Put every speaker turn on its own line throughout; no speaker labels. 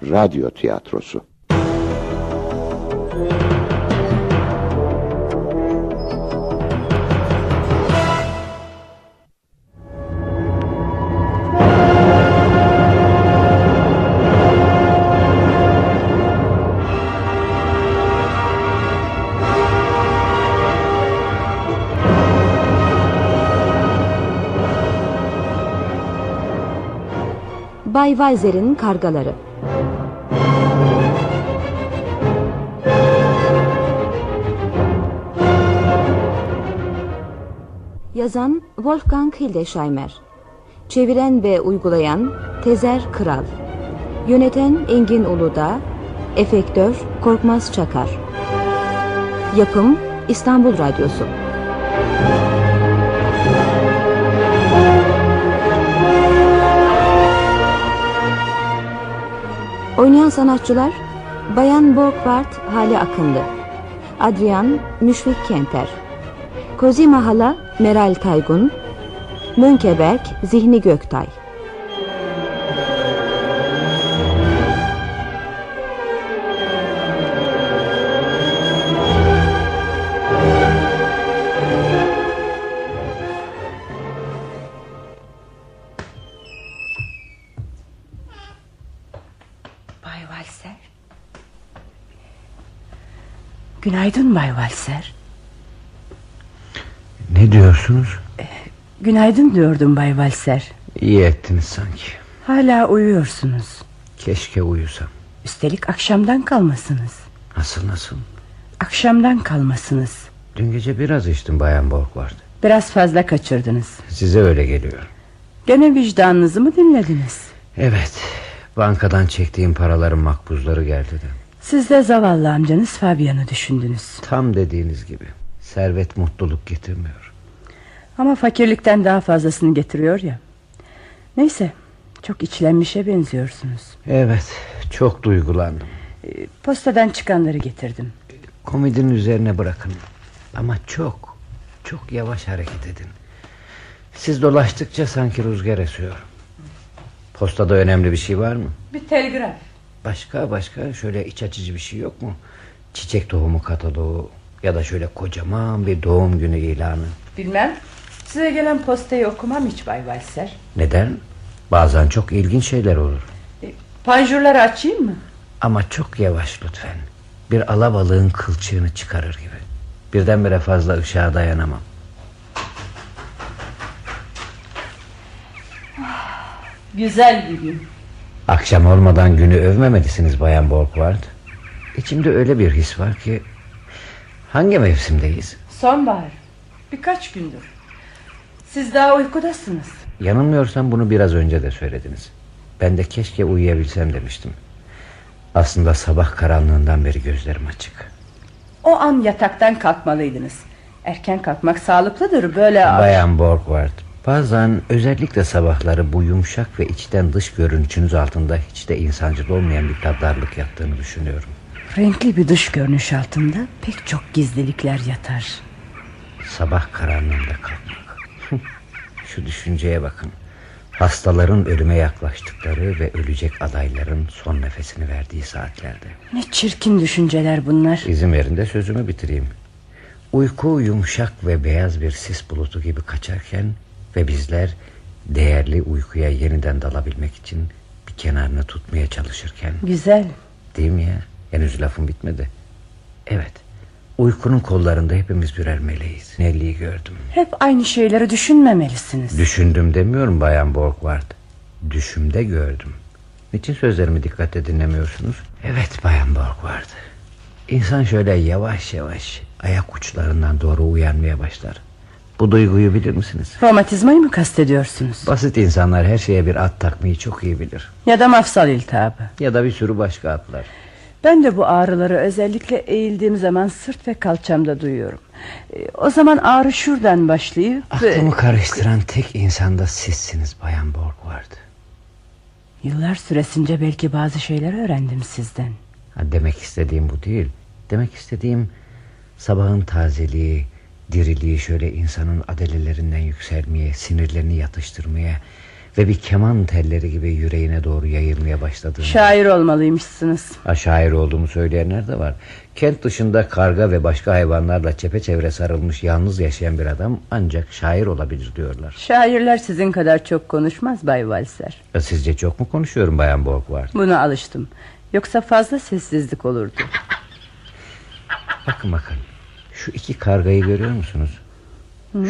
Radyo tiyatrosu.
Bay Weiser'in kargaları. Yazan Wolfgang Hildesheimer. Çeviren ve uygulayan Tezer Kral. Yöneten Engin Uludağ. Efektör Korkmaz Çakar. Yapım İstanbul Radyosu. Oynayan sanatçılar Bayan Borgward Hale Akınlı Adrian Müşfik Kenter Kozima Hala Meral Taygun Mönkeberk Zihni Göktay
Bay Valser. Günaydın Bay Valser.
Ne diyorsunuz?
Günaydın diyordum Bay Valser.
İyi ettiniz sanki.
Hala uyuyorsunuz.
Keşke uyusam.
Üstelik akşamdan kalmasınız.
Nasıl nasıl?
Akşamdan kalmasınız.
Dün gece biraz içtim Bayan Borg vardı.
Biraz fazla kaçırdınız.
Size öyle geliyor.
Gene vicdanınızı mı dinlediniz?
Evet. Bankadan çektiğim paraların makbuzları geldi de.
Siz de zavallı amcanız Fabian'ı düşündünüz.
Tam dediğiniz gibi. Servet mutluluk getirmiyor.
Ama fakirlikten daha fazlasını getiriyor ya. Neyse çok içlenmişe benziyorsunuz.
Evet. Çok duygulandım.
Ee, Postadan çıkanları getirdim.
Komedinin üzerine bırakın. Ama çok, çok yavaş hareket edin. Siz dolaştıkça sanki rüzgar esiyor. Postada önemli bir şey var mı?
Bir telgraf.
Başka başka şöyle iç açıcı bir şey yok mu? Çiçek tohumu kataloğu ya da şöyle kocaman bir doğum günü ilanı.
Bilmem. Size gelen postayı okumam hiç Bay Valser.
Neden? Bazen çok ilginç şeyler olur.
Panjurları açayım mı?
Ama çok yavaş lütfen. Bir alabalığın kılçığını çıkarır gibi. Birdenbire fazla ışığa dayanamam.
Güzel bir gün.
Akşam olmadan günü övmemelisiniz Bayan Borgward. İçimde öyle bir his var ki... Hangi mevsimdeyiz?
Sonbahar. Birkaç gündür. Siz daha uykudasınız.
Yanılmıyorsam bunu biraz önce de söylediniz. Ben de keşke uyuyabilsem demiştim. Aslında sabah karanlığından beri gözlerim açık.
O an yataktan kalkmalıydınız. Erken kalkmak sağlıklıdır böyle.
Bayan Borgward, bazen özellikle sabahları bu yumuşak ve içten dış görünüşünüz altında hiç de insancıl olmayan bir kadarlık yattığını düşünüyorum.
Renkli bir dış görünüş altında pek çok gizlilikler yatar.
Sabah karanlığında kalkmak. Şu düşünceye bakın. Hastaların ölüme yaklaştıkları ve ölecek adayların son nefesini verdiği saatlerde.
Ne çirkin düşünceler bunlar.
İzin verin de sözümü bitireyim. Uyku yumuşak ve beyaz bir sis bulutu gibi kaçarken ve bizler değerli uykuya yeniden dalabilmek için bir kenarını tutmaya çalışırken
Güzel.
değil mi ya? Henüz lafım bitmedi. Evet. Uykunun kollarında hepimiz birer meleğiz. Nelli'yi gördüm.
Hep aynı şeyleri düşünmemelisiniz.
Düşündüm demiyorum Bayan Borgward. Düşümde gördüm. Niçin sözlerimi dikkatle dinlemiyorsunuz? Evet Bayan Borgward. İnsan şöyle yavaş yavaş ayak uçlarından doğru uyanmaya başlar. Bu duyguyu bilir misiniz?
Romatizmayı mı kastediyorsunuz?
Basit insanlar her şeye bir at takmayı çok iyi bilir.
Ya da mafsal iltihabı.
Ya da bir sürü başka atlar.
Ben de bu ağrıları özellikle eğildiğim zaman sırt ve kalçamda duyuyorum. Ee, O zaman ağrı şuradan başlayıp...
Aklımı karıştıran tek insan da sizsiniz Bayan Borgward.
Yıllar süresince belki bazı şeyler öğrendim sizden.
Ha, demek istediğim bu değil. Demek istediğim sabahın tazeliği, Diriliği şöyle insanın adelelerinden yükselmeye, sinirlerini yatıştırmaya ve bir keman telleri gibi yüreğine doğru yayılmaya başladığını...
Şair olmalıymışsınız.
Ha, şair olduğumu söyleyenler de var. Kent dışında karga ve başka hayvanlarla çepeçevre sarılmış yalnız yaşayan bir adam ancak şair olabilir diyorlar.
Şairler sizin kadar çok konuşmaz Bay Valser.
E, Sizce çok mu konuşuyorum Bayan Borgward?
Buna alıştım. Yoksa fazla sessizlik olurdu.
Bakın bakın. Şu iki kargayı görüyor musunuz?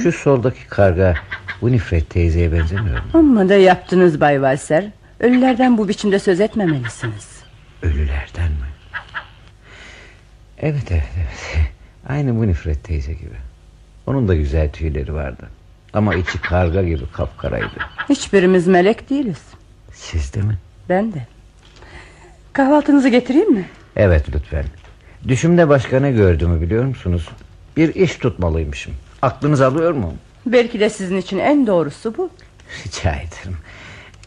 Şu soldaki karga Winifred teyzeye benzemiyor mu?
Ama da yaptınız Bay Valser. Ölülerden bu biçimde söz etmemelisiniz.
Ölülerden mi? Evet evet evet. Aynı Winifred teyze gibi. Onun da güzel tüyleri vardı. Ama içi karga gibi kapkaraydı.
Hiçbirimiz melek değiliz.
Siz de mi?
Ben de. Kahvaltınızı getireyim mi?
Evet lütfen. Düşümde başka ne gördüğümü biliyor musunuz? Bir iş tutmalıymışım. Aklınız alıyor mu?
Belki de sizin için en doğrusu bu.
Rica ederim.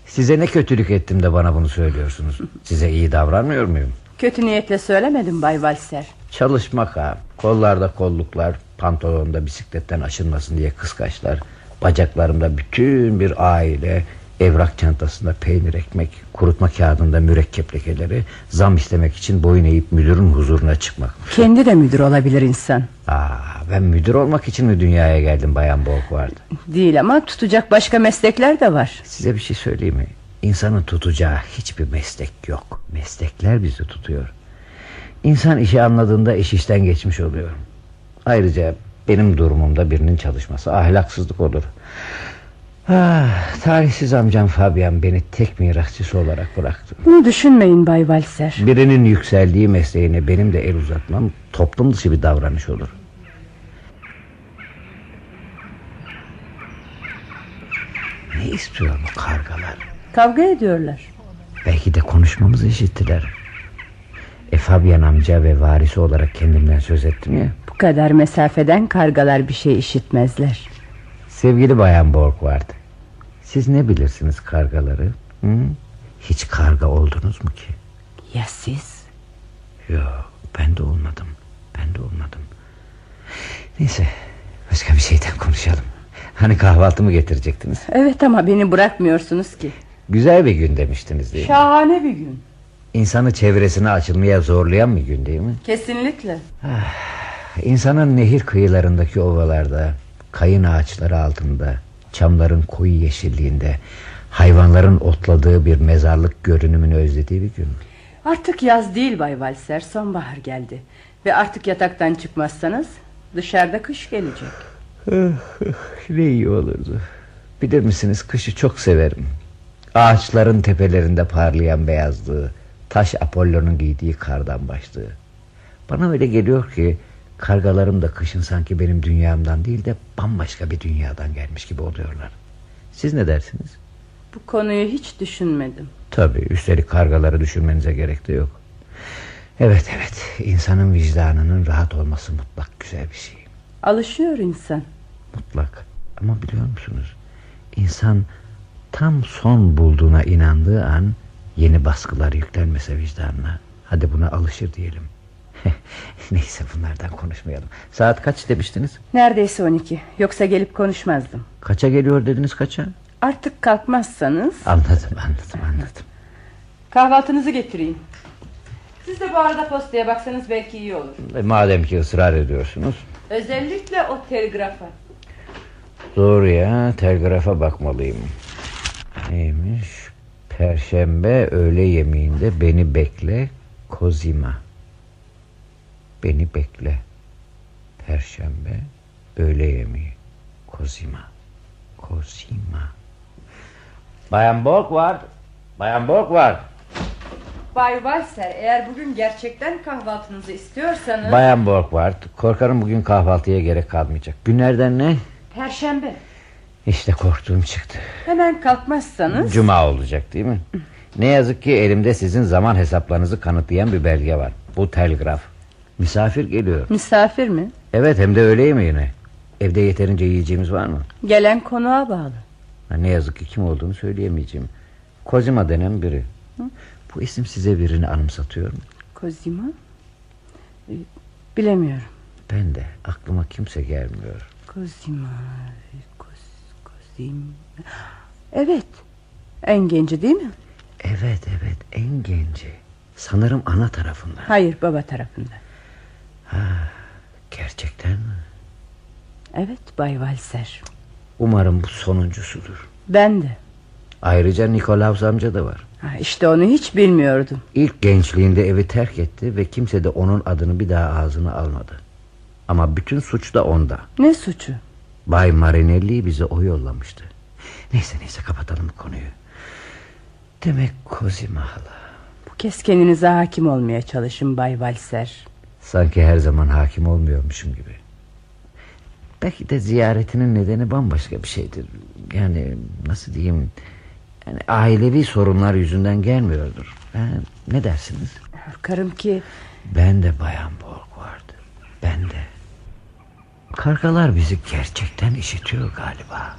Size ne kötülük ettim de bana bunu söylüyorsunuz. Size iyi davranmıyor muyum?
Kötü niyetle söylemedim Bay Valser.
Çalışmak ha. Kollarda kolluklar, pantolonda bisikletten aşınmasın diye kıskaçlar. Bacaklarımda bütün bir aile, evrak çantasında peynir ekmek, kurutma kağıdında mürekkep lekeleri, zam istemek için boyun eğip müdürün huzuruna çıkmak.
Kendi de müdür olabilir insan.
Aa, ben müdür olmak için mi dünyaya geldim Bayan Borgward?
Değil ama tutacak başka meslekler de var.
Size bir şey söyleyeyim mi? İnsanın tutacağı hiçbir meslek yok. Meslekler bizi tutuyor. İnsan işi anladığında iş işten geçmiş oluyor. Ayrıca benim durumumda birinin çalışması ahlaksızlık olur. Ah, tarihsiz amcam Fabian beni tek mirasçısı olarak bıraktı.
Bunu düşünmeyin Bay Valser.
Birinin yükseldiği mesleğine benim de el uzatmam toplum dışı bir davranış olur. Ne istiyor bu kargalar?
Kavga ediyorlar.
Belki de konuşmamızı işittiler. E Fabian amca ve varisi olarak kendimden söz ettim ya.
Bu kadar mesafeden kargalar bir şey işitmezler.
Sevgili Bayan Borgward, siz ne bilirsiniz kargaları? Hı? Hiç karga oldunuz mu ki?
Ya siz?
Yok ben de olmadım Ben de olmadım Neyse başka bir şeyden konuşalım Hani kahvaltımı getirecektiniz
Evet ama beni bırakmıyorsunuz ki.
Güzel bir gün demiştiniz değil mi
Şahane bir gün.
İnsanı çevresine açılmaya zorlayan bir gün değil mi
Kesinlikle.
İnsanın nehir kıyılarındaki ovalarda Kayın ağaçları altında Çamların koyu yeşilliğinde Hayvanların otladığı bir mezarlık görünümünü özlediği bir gün
Artık yaz değil Bay Valser, sonbahar geldi. Ve artık yataktan çıkmazsanız dışarıda kış gelecek.
Öh, Ne iyi olurdu. Bilir misiniz kışı çok severim. Ağaçların tepelerinde parlayan beyazlığı, taş Apollo'nun giydiği kardan başlığı. Bana öyle geliyor ki kargalarım da kışın sanki benim dünyamdan değil de bambaşka bir dünyadan gelmiş gibi oluyorlar. Siz ne dersiniz?
Bu konuyu hiç düşünmedim.
Tabii üstelik kargaları düşünmenize gerek de yok. Evet evet insanın vicdanının rahat olması mutlak güzel bir şey.
Alışıyor insan.
Mutlak. Ama biliyor musunuz? İnsan tam son bulduğuna inandığı an yeni baskılar yüklenmese vicdanına. Hadi buna alışır diyelim. Neyse bunlardan konuşmayalım. Saat kaç demiştiniz?
Neredeyse 12. Yoksa gelip konuşmazdım.
Kaça geliyor dediniz kaça?
Artık kalkmazsanız
Anladım anladım anladım.
kahvaltınızı getireyim. Siz de bu arada postaya baksanız belki iyi olur.
E, Madem ki ısrar ediyorsunuz.
Özellikle o telgrafa.
Doğru ya telgrafa bakmalıyım. Neymiş? Perşembe öğle yemeğinde beni bekle Kozima. Beni bekle. Perşembe öğle yemeği Kozima. Kozima. Bayan Borg var. Bayan Borg var.
Bay Valser eğer bugün gerçekten kahvaltınızı istiyorsanız...
Bayan Borg var. Korkarım bugün kahvaltıya gerek kalmayacak. Günlerden ne?
Perşembe.
İşte korktuğum çıktı.
Hemen kalkmazsanız...
Cuma olacak değil mi? Ne yazık ki elimde sizin zaman hesaplarınızı kanıtlayan bir belge var. Bu telgraf. Misafir geliyor.
Misafir mi?
Evet hem de öğle yemeğine. Evde yeterince yiyeceğimiz var mı?
Gelen konuğa bağlı.
Ha, Ne yazık ki kim olduğunu söyleyemeyeceğim. Kozima denen biri. Bu isim size birini anımsatıyor mu?
Kozima? Ee, Bilemiyorum.
Ben de aklıma kimse gelmiyor.
Kozima. Koz, Kozim. Evet. En genci değil mi?
Evet evet en genci. Sanırım ana tarafından.
Hayır baba tarafında.
Gerçekten mi?
Evet Bay Valser.
Umarım bu sonuncusudur.
Ben de.
Ayrıca Nikolaus amca da var.
Ha, işte onu hiç bilmiyordum.
İlk gençliğinde evi terk etti ve kimse de onun adını bir daha ağzına almadı. Ama bütün suç da onda.
Ne suçu?
Bay Marinelli'yi bize o yollamıştı. Neyse neyse kapatalım bu konuyu. Demek Kozima hala.
Bu kez kendinize hakim olmaya çalışın Bay Valser.
Sanki her zaman hakim olmuyormuşum gibi. Belki de ziyaretinin nedeni bambaşka bir şeydir. Yani nasıl diyeyim... Yani ailevi sorunlar yüzünden gelmiyordur. Ha, ne dersiniz?
Korkarım ki
Ben de Bayan Borg vardı. Ben de. Kargalar bizi gerçekten işitiyor galiba.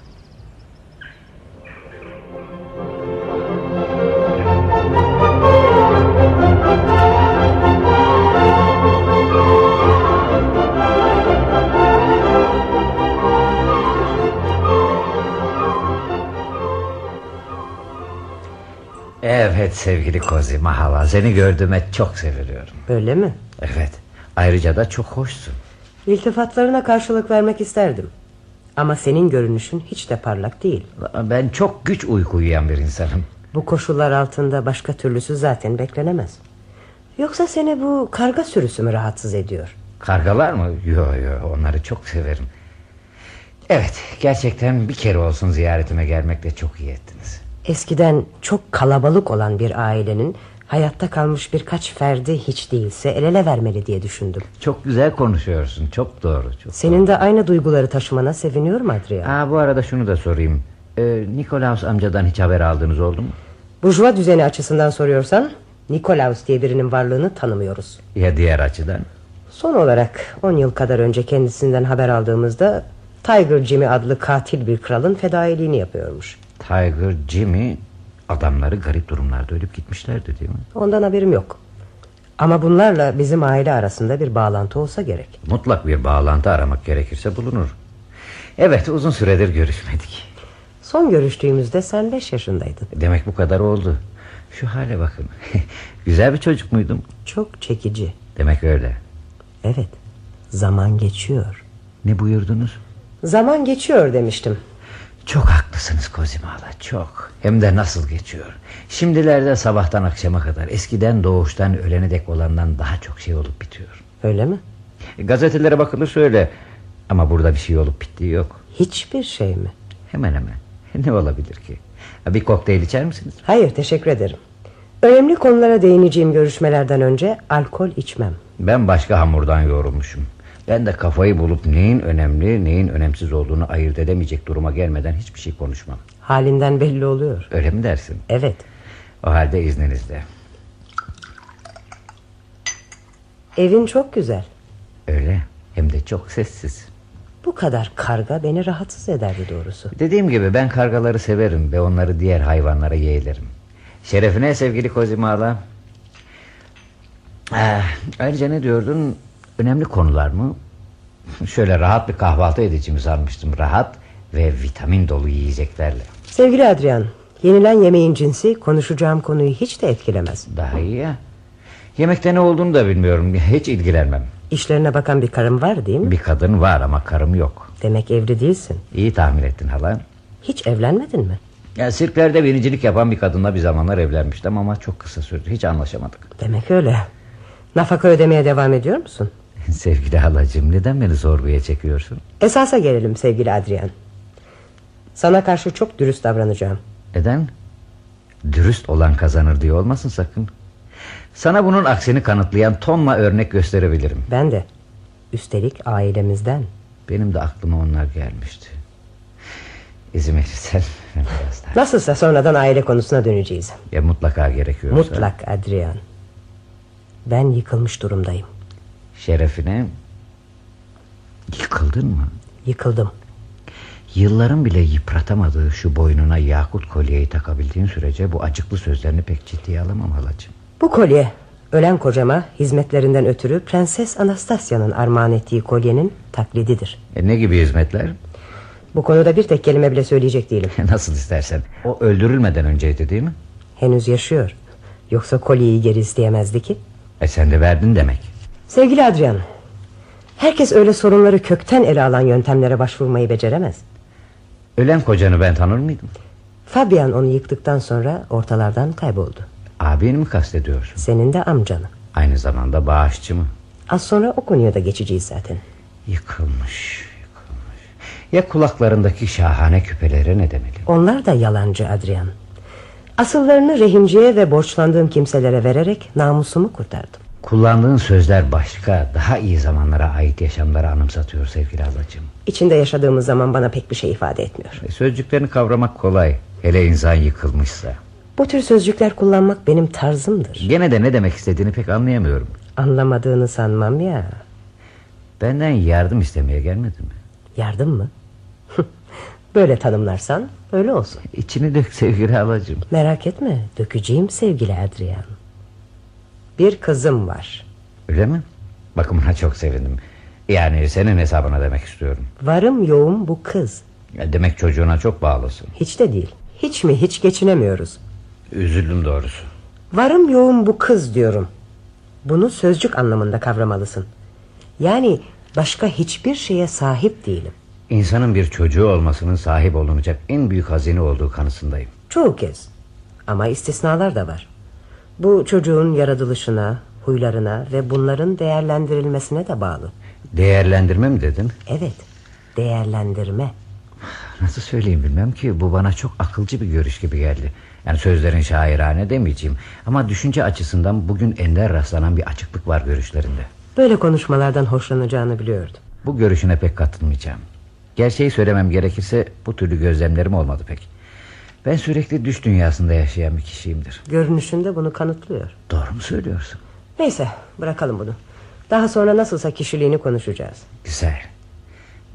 Evet sevgili Kozima Hala seni gördüğüme çok seviniyorum.
Öyle mi?
Evet. Ayrıca da çok hoşsun.
İltifatlarına karşılık vermek isterdim. Ama senin görünüşün hiç de parlak değil.
Ben çok güç uyku uyuyan bir insanım.
Bu koşullar altında başka türlüsü zaten beklenemez. Yoksa seni bu karga sürüsü mü rahatsız ediyor?
Kargalar mı? Yo yo onları çok severim. Evet gerçekten bir kere olsun ziyaretime gelmekle çok iyi ettiniz.
Eskiden çok kalabalık olan bir ailenin hayatta kalmış birkaç ferdi hiç değilse el ele vermeli diye düşündüm.
Çok güzel konuşuyorsun çok doğru. Çok
Senin de aynı duyguları taşımana seviniyorum Adrian.
Aa, bu arada şunu da sorayım. Ee, Nikolaus amcadan hiç haber aldınız oldu mu?
Burjuva düzeni açısından soruyorsan Nikolaus diye birinin varlığını tanımıyoruz.
Ya diğer açıdan?
Son olarak 10 yıl kadar önce kendisinden haber aldığımızda Tiger Jimmy adlı katil bir kralın fedailiğini yapıyormuş.
Tiger, Jimmy adamları garip durumlarda ölüp gitmişlerdi değil mi?
Ondan haberim yok. Ama bunlarla bizim aile arasında bir bağlantı olsa gerek.
Mutlak bir bağlantı aramak gerekirse bulunur. Evet uzun süredir görüşmedik.
Son görüştüğümüzde sen 5 yaşındaydın.
Demek bu kadar oldu. Şu hale bakın. Güzel bir çocuk muydum?
Çok çekici.
Demek öyle.
Evet. Zaman geçiyor.
Ne buyurdunuz?
Zaman geçiyor demiştim.
Çok haklısınız Kozimala çok. Hem de nasıl geçiyor. Şimdilerde sabahtan akşama kadar eskiden doğuştan ölene dek olandan daha çok şey olup bitiyor.
Öyle mi?
Gazetelere bakılırsa öyle. Ama burada bir şey olup bittiği yok.
Hiçbir şey mi?
Hemen hemen. Ne olabilir ki? Bir kokteyl içer misiniz?
Hayır teşekkür ederim. Önemli konulara değineceğim görüşmelerden önce alkol içmem.
Ben başka hamurdan yorulmuşum. Ben de kafayı bulup neyin önemli neyin önemsiz olduğunu ayırt edemeyecek duruma gelmeden hiçbir şey konuşmam.
Halinden belli oluyor.
Öyle mi dersin?
Evet.
O halde izninizle.
Evin çok güzel.
Öyle hem de çok sessiz.
Bu kadar karga beni rahatsız ederdi doğrusu.
Dediğim gibi ben kargaları severim ve onları diğer hayvanlara yeğlerim. Şerefine sevgili Kozimala. Ah, ayrıca ne diyordun? Önemli konular mı? Şöyle rahat bir kahvaltı edeceğimi sanmıştım. Rahat ve vitamin dolu yiyeceklerle.
Sevgili Adrian, yenilen yemeğin cinsi konuşacağım konuyu hiç de etkilemez.
Daha iyi ya. Yemekte ne olduğunu da bilmiyorum. Hiç ilgilenmem.
İşlerine bakan bir karım var değil mi?
Bir kadın var ama karım yok.
Demek evli değilsin.
İyi tahmin ettin hala.
Hiç evlenmedin mi?
Ya sirklerde binicilik yapan bir kadınla bir zamanlar evlenmiştim ama çok kısa sürdü. Hiç anlaşamadık.
Demek öyle. Nafaka ödemeye devam ediyor musun?
Sevgili halacığım neden beni sorguya çekiyorsun?
Esasa gelelim sevgili Adrian. Sana karşı çok dürüst davranacağım.
Neden? Dürüst olan kazanır diye olmasın sakın. Sana bunun aksini kanıtlayan tonla örnek gösterebilirim.
Ben de. Üstelik ailemizden.
Benim de aklıma onlar gelmişti. İzin verirsen biraz daha.
Nasılsa sonradan aile konusuna döneceğiz.
Ya mutlaka gerekiyorsa.
Mutlak Adrian. Ben yıkılmış durumdayım.
Şerefine yıkıldın mı?
Yıkıldım.
Yılların bile yıpratamadığı şu boynuna yakut kolyeyi takabildiğin sürece bu acıklı sözlerini pek ciddiye alamam halacığım.
Bu kolye Ölen kocama hizmetlerinden ötürü Prenses Anastasya'nın armağan ettiği kolyenin taklididir.
E, ne gibi hizmetler?
Bu konuda bir tek kelime bile söyleyecek değilim.
Nasıl istersen. O öldürülmeden önceydi değil mi?
Henüz yaşıyor. Yoksa kolyeyi geri isteyemezdi ki.
E sen de verdin demek.
Sevgili Adrian, herkes öyle sorunları kökten ele alan yöntemlere başvurmayı beceremez.
Ölen kocanı ben tanır mıydım?
Fabian onu yıktıktan sonra ortalardan kayboldu.
Abini mi kastediyorsun?
Senin de amcanın.
Aynı zamanda bağışçı mı?
Az sonra o konuya da geçeceğiz zaten.
Yıkılmış, yıkılmış. Ya kulaklarındaki şahane küpelere ne demeli?
Onlar da yalancı Adrian. Asıllarını rehinciye ve borçlandığım kimselere vererek namusumu kurtardım.
Kullandığın sözler başka, daha iyi zamanlara ait yaşamları anımsatıyor sevgili ablacığım.
İçinde yaşadığımız zaman bana pek bir şey ifade etmiyor.
E, sözcüklerini kavramak kolay. Hele insan yıkılmışsa.
Bu tür sözcükler kullanmak benim tarzımdır.
Gene de ne demek istediğini pek anlayamıyorum.
Anlamadığını sanmam ya.
Benden yardım istemeye gelmedi mi?
Yardım mı? Böyle tanımlarsan öyle olsun.
İçini dök sevgili ablacığım.
Merak etme dökeceğim sevgili Adrian. Bir kızım var.
Öyle mi? Bakımına çok sevindim. Yani senin hesabına demek istiyorum.
Varım yoğum bu kız.
E, Demek çocuğuna çok bağlısın.
Hiç de değil. Hiç mi hiç geçinemiyoruz.
Üzüldüm doğrusu.
Varım yoğum bu kız diyorum. Bunu sözcük anlamında kavramalısın. Yani başka hiçbir şeye sahip değilim.
İnsanın bir çocuğu olmasının sahip olunacak en büyük hazine olduğu kanısındayım.
Çoğu kez. Ama istisnalar da var. Bu çocuğun yaratılışına, huylarına ve bunların değerlendirilmesine de bağlı.
Değerlendirme mi dedin?
Evet, değerlendirme.
Nasıl söyleyeyim bilmem ki bu bana çok akılcı bir görüş gibi geldi. Yani sözlerin şairane demeyeceğim ama düşünce açısından bugün ender rastlanan bir açıklık var görüşlerinde.
Böyle konuşmalardan hoşlanacağını biliyordum.
Bu görüşüne pek katılmayacağım. Gerçeği söylemem gerekirse bu türlü gözlemlerim olmadı pek. Ben sürekli düş dünyasında yaşayan bir kişiyimdir.
Görünüşünde bunu kanıtlıyor.
Doğru mu söylüyorsun?
Neyse, bırakalım bunu. Daha sonra nasılsa kişiliğini konuşacağız.
Güzel.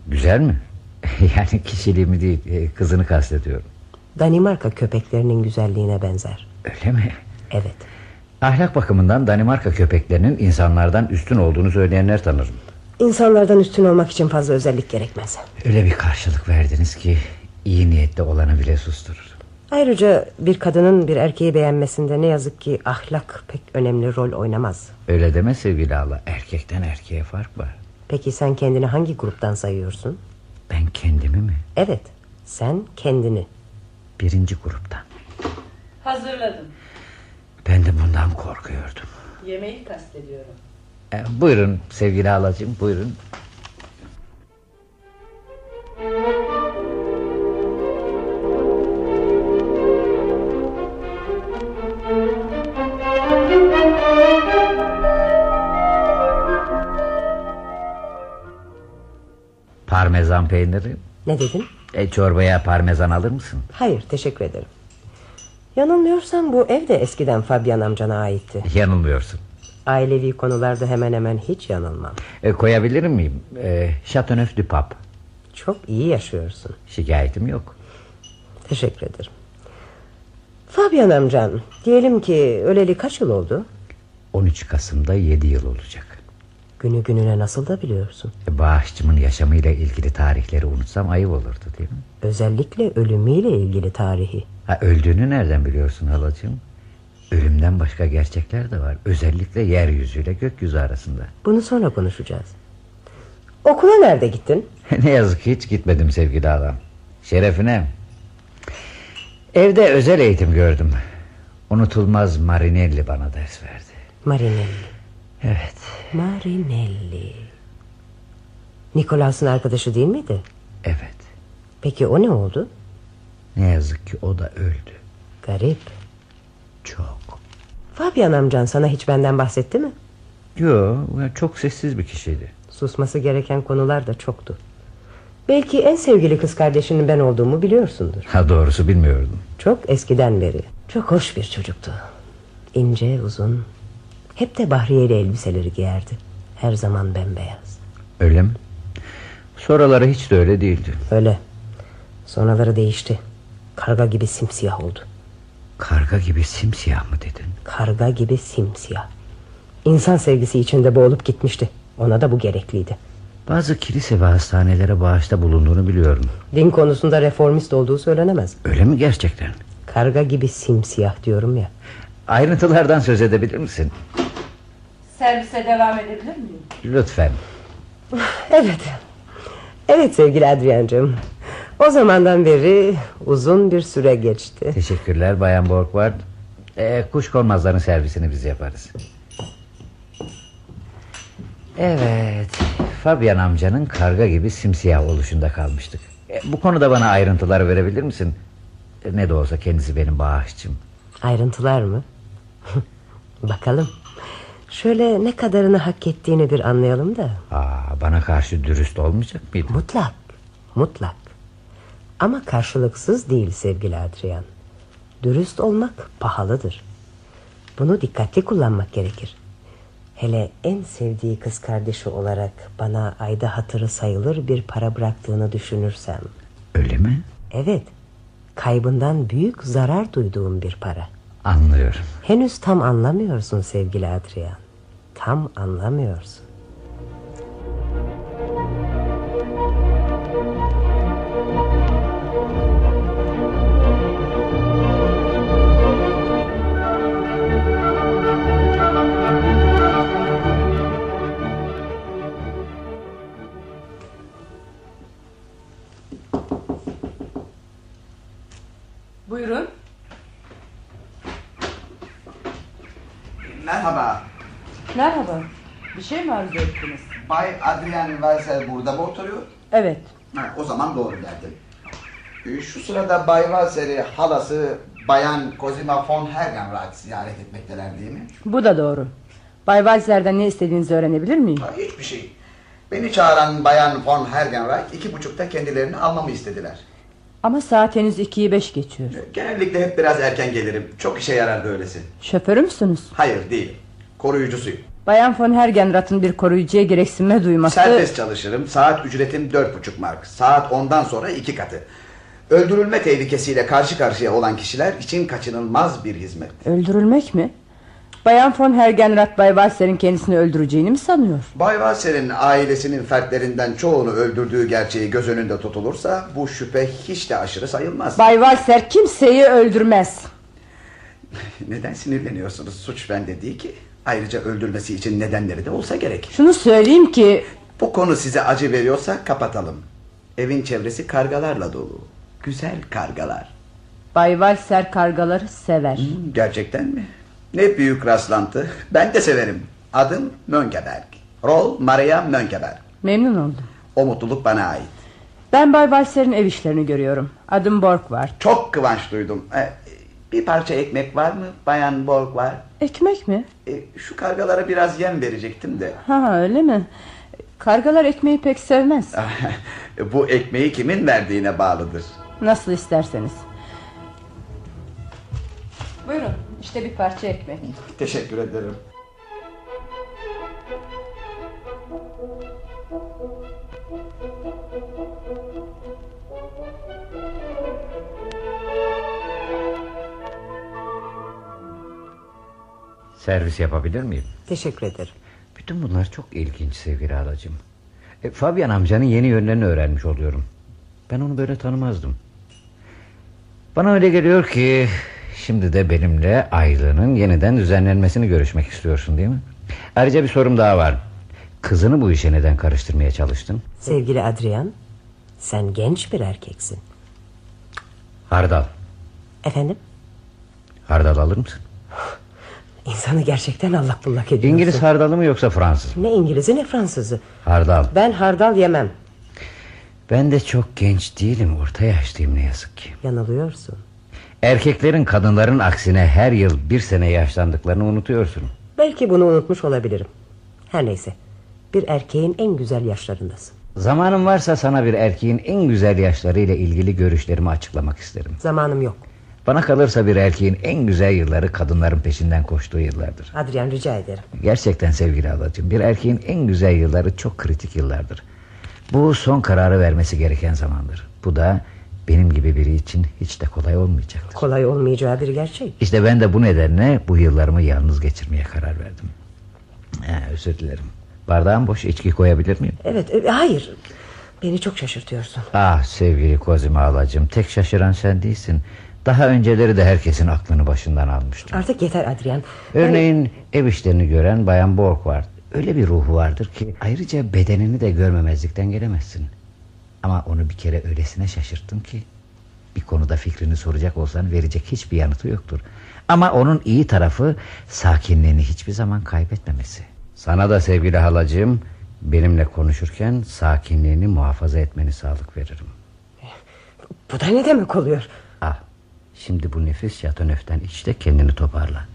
Güzel mi? yani kişiliğimi değil e, kızını kastediyorum.
Danimarka köpeklerinin güzelliğine benzer.
Öyle mi?
Evet.
Ahlak bakımından Danimarka köpeklerinin insanlardan üstün olduğunu söyleyenler tanırım.
İnsanlardan üstün olmak için fazla özellik gerekmez.
Öyle bir karşılık verdiniz ki iyi niyetli olanı bile susturur.
Ayrıca bir kadının bir erkeği beğenmesinde ne yazık ki ahlak pek önemli rol oynamaz.
Öyle deme sevgili Allah. Erkekten erkeğe fark var.
Peki sen kendini hangi gruptan sayıyorsun?
Ben kendimi mi?
Evet, sen kendini.
Birinci gruptan.
Hazırladım.
Ben de bundan korkuyordum.
Yemeği kastediyorum.
E, buyurun sevgili halacığım buyurun. Parmesan peyniri.
Ne dedin?
E, çorbaya parmesan alır mısın?
Hayır, teşekkür ederim. Yanılmıyorsam bu ev de eskiden Fabian amcana aitti.
Yanılmıyorsun.
Ailevi konularda hemen hemen hiç yanılmam.
E, koyabilir miyim? E, Chateauneuf du Pape.
Çok iyi yaşıyorsun.
Şikayetim yok.
Teşekkür ederim. Fabian amcan, diyelim ki öleli kaç yıl oldu?
13 Kasım'da 7 yıl olacak.
Günü gününe nasıl da biliyorsun.
E, Bağışçımın yaşamıyla ilgili tarihleri unutsam ayıp olurdu değil mi?
Özellikle ölümüyle ilgili tarihi.
Ha, öldüğünü nereden biliyorsun halacığım? Ölümden başka gerçekler de var. Özellikle yeryüzüyle gökyüzü arasında.
Bunu sonra konuşacağız. Okula nerede gittin?
ne yazık ki hiç gitmedim sevgili adam. Şerefine. Evde özel eğitim gördüm. Unutulmaz Marinelli bana ders verdi.
Marinelli.
Evet.
Marinelli. Nikolas'ın arkadaşı değil miydi?
Evet.
Peki o ne oldu?
Ne yazık ki o da öldü.
Garip.
Çok.
Fabian amcan sana hiç benden bahsetti mi?
Yo, çok sessiz bir kişiydi.
Susması gereken konular da çoktu. Belki en sevgili kız kardeşinin ben olduğumu biliyorsundur.
Ha doğrusu bilmiyordum.
Çok eskiden beri. Çok hoş bir çocuktu. İnce, uzun. Hep de bahriyeli elbiseleri giyerdi. Her zaman bembeyaz.
Öyle mi? Sonraları hiç de öyle değildi.
Öyle. Sonraları değişti. Karga gibi simsiyah oldu.
Karga gibi simsiyah mı dedin?
Karga gibi simsiyah. İnsan sevgisi içinde boğulup gitmişti. Ona da bu gerekliydi.
Bazı kilise ve hastanelere bağışta bulunduğunu biliyorum.
Din konusunda reformist olduğu söylenemez.
Öyle mi gerçekten?
Karga gibi simsiyah diyorum ya.
Ayrıntılardan söz edebilir misin?
Servise devam edebilir miyim?
Lütfen.
Evet. Evet sevgili Adriancığım. O zamandan beri uzun bir süre geçti.
Teşekkürler Bayan Borgward. Ee, kuşkonmazların servisini biz yaparız. Evet. Fabian amcanın karga gibi simsiyah oluşunda kalmıştık. Ee, bu konuda bana ayrıntılar verebilir misin? Ee, ne de olsa kendisi benim bağışçım.
Ayrıntılar mı? Bakalım. Şöyle ne kadarını hak ettiğini bir anlayalım da.
Aa, bana karşı dürüst olmayacak mıydın?
Mutlak. Mutlak. Ama karşılıksız değil sevgili Adrian. Dürüst olmak pahalıdır. Bunu dikkatli kullanmak gerekir. Hele en sevdiği kız kardeşi olarak bana ayda hatırı sayılır bir para bıraktığını düşünürsem.
Öyle mi?
Evet, kaybından büyük zarar duyduğum bir para.
Anlıyorum.
Henüz tam anlamıyorsun sevgili Adrian. Tam anlamıyorsun.
Buyurun.
Merhaba.
Merhaba. Bir şey mi arzu ettiniz?
Bay Adrian Weiser burada mı oturuyor?
Evet.
Ha, o zaman doğru derdim. Ee, Şu sırada Bay Weiser'i halası Bayan Cosima von Hergenrath ziyaret etmekteler değil mi?
Bu da doğru. Bay Walser'den ne istediğinizi öğrenebilir miyim?
Ha, hiçbir şey. Beni çağıran Bayan von Hergenrath iki buçukta kendilerini almamı istediler.
Ama saat henüz ikiyi beş geçiyor.
Ee, Genellikle hep biraz erken gelirim. Çok işe yarar böylesi.
Şoförü müsünüz?
Hayır değil. Koruyucusuyum.
Bayan von Hergenrath'ın bir koruyucuya gereksinme duyması...
Serbest çalışırım. Saat ücretim dört buçuk mark. Saat ondan sonra iki katı. Öldürülme tehlikesiyle karşı karşıya olan kişiler için kaçınılmaz bir hizmet.
Öldürülmek mi? Bayan von Hergenrath Bay Walser'in kendisini öldüreceğini mi sanıyor?
Bay Wasser'in ailesinin fertlerinden çoğunu öldürdüğü gerçeği göz önünde tutulursa bu şüphe hiç de aşırı sayılmaz.
Bay Walser kimseyi öldürmez.
Neden sinirleniyorsunuz? Suç bende değil ki. Ayrıca öldürmesi için nedenleri de olsa gerek.
Şunu söyleyeyim ki
Bu konu size acı veriyorsa kapatalım. Evin çevresi kargalarla dolu. Güzel kargalar.
Bay Walser kargaları sever.
Gerçekten mi? Ne büyük rastlantı. Ben de severim. Adım Mönkeberg. Rol Maria Mönkeberg.
Memnun oldum.
O mutluluk bana ait.
Ben Bay Walser'in ev işlerini görüyorum. Adım Borgward.
Çok kıvanç duydum. E, bir parça ekmek var mı? Bayan Borg var.
Ekmek mi?
E, şu kargalara biraz yem verecektim de.
Ha öyle mi? Kargalar ekmeği pek sevmez.
Bu ekmeği kimin verdiğine bağlıdır.
Nasıl isterseniz. Buyurun işte bir parça ekmek.
Teşekkür ederim.
Servis yapabilir miyim?
Teşekkür ederim.
Bütün bunlar çok ilginç sevgili halacığım. E, Fabian amcanın yeni yönlerini öğrenmiş oluyorum. Ben onu böyle tanımazdım. Bana öyle geliyor ki şimdi de benimle aylığının yeniden düzenlenmesini görüşmek istiyorsun değil mi? Ayrıca bir sorum daha var. Kızını bu işe neden karıştırmaya çalıştın?
Sevgili Adrian, sen genç bir erkeksin.
Hardal.
Efendim?
Hardal alır mısın?
İnsanı gerçekten Allah bullak ediyorsun.
İngiliz hardalı mı yoksa Fransız? mı?
Ne İngiliz'i ne Fransızı.
Hardal.
Ben hardal yemem.
Ben de çok genç değilim. Orta yaşlıyım ne yazık ki.
Yanılıyorsun.
Erkeklerin kadınların aksine her yıl bir sene yaşlandıklarını unutuyorsun.
Belki bunu unutmuş olabilirim. Her neyse. Bir erkeğin en güzel yaşlarındasın.
Zamanım varsa sana bir erkeğin en güzel yaşlarıyla ilgili görüşlerimi açıklamak isterim.
Zamanım yok.
Bana kalırsa bir erkeğin en güzel yılları kadınların peşinden koştuğu yıllardır.
Adrian rica ederim.
Gerçekten sevgili halacığım bir erkeğin en güzel yılları çok kritik yıllardır. Bu son kararı vermesi gereken zamandır. Bu da benim gibi biri için hiç de kolay olmayacaktır.
Kolay olmayacağı bir gerçek.
İşte ben de bu nedenle bu yıllarımı yalnız geçirmeye karar verdim. Ha, özür dilerim. Bardağım boş içki koyabilir miyim?
Evet, e, hayır. Beni çok şaşırtıyorsun.
Ah sevgili Kozima halacığım tek şaşıran sen değilsin. Daha önceleri de herkesin aklını başından almıştı.
Artık yeter Adrian.
Örneğin ev işlerini gören Bayan Borg var. Öyle bir ruhu vardır ki ayrıca bedenini de görmemezlikten gelemezsin. Ama onu bir kere öylesine şaşırttım ki bir konuda fikrini soracak olsan verecek hiçbir yanıtı yoktur. Ama onun iyi tarafı sakinliğini hiçbir zaman kaybetmemesi. Sana da sevgili halacığım benimle konuşurken sakinliğini muhafaza etmeni sağlık veririm.
Bu da ne demek oluyor?
Ah, şimdi bu nefis şatonöften iç de kendini toparla.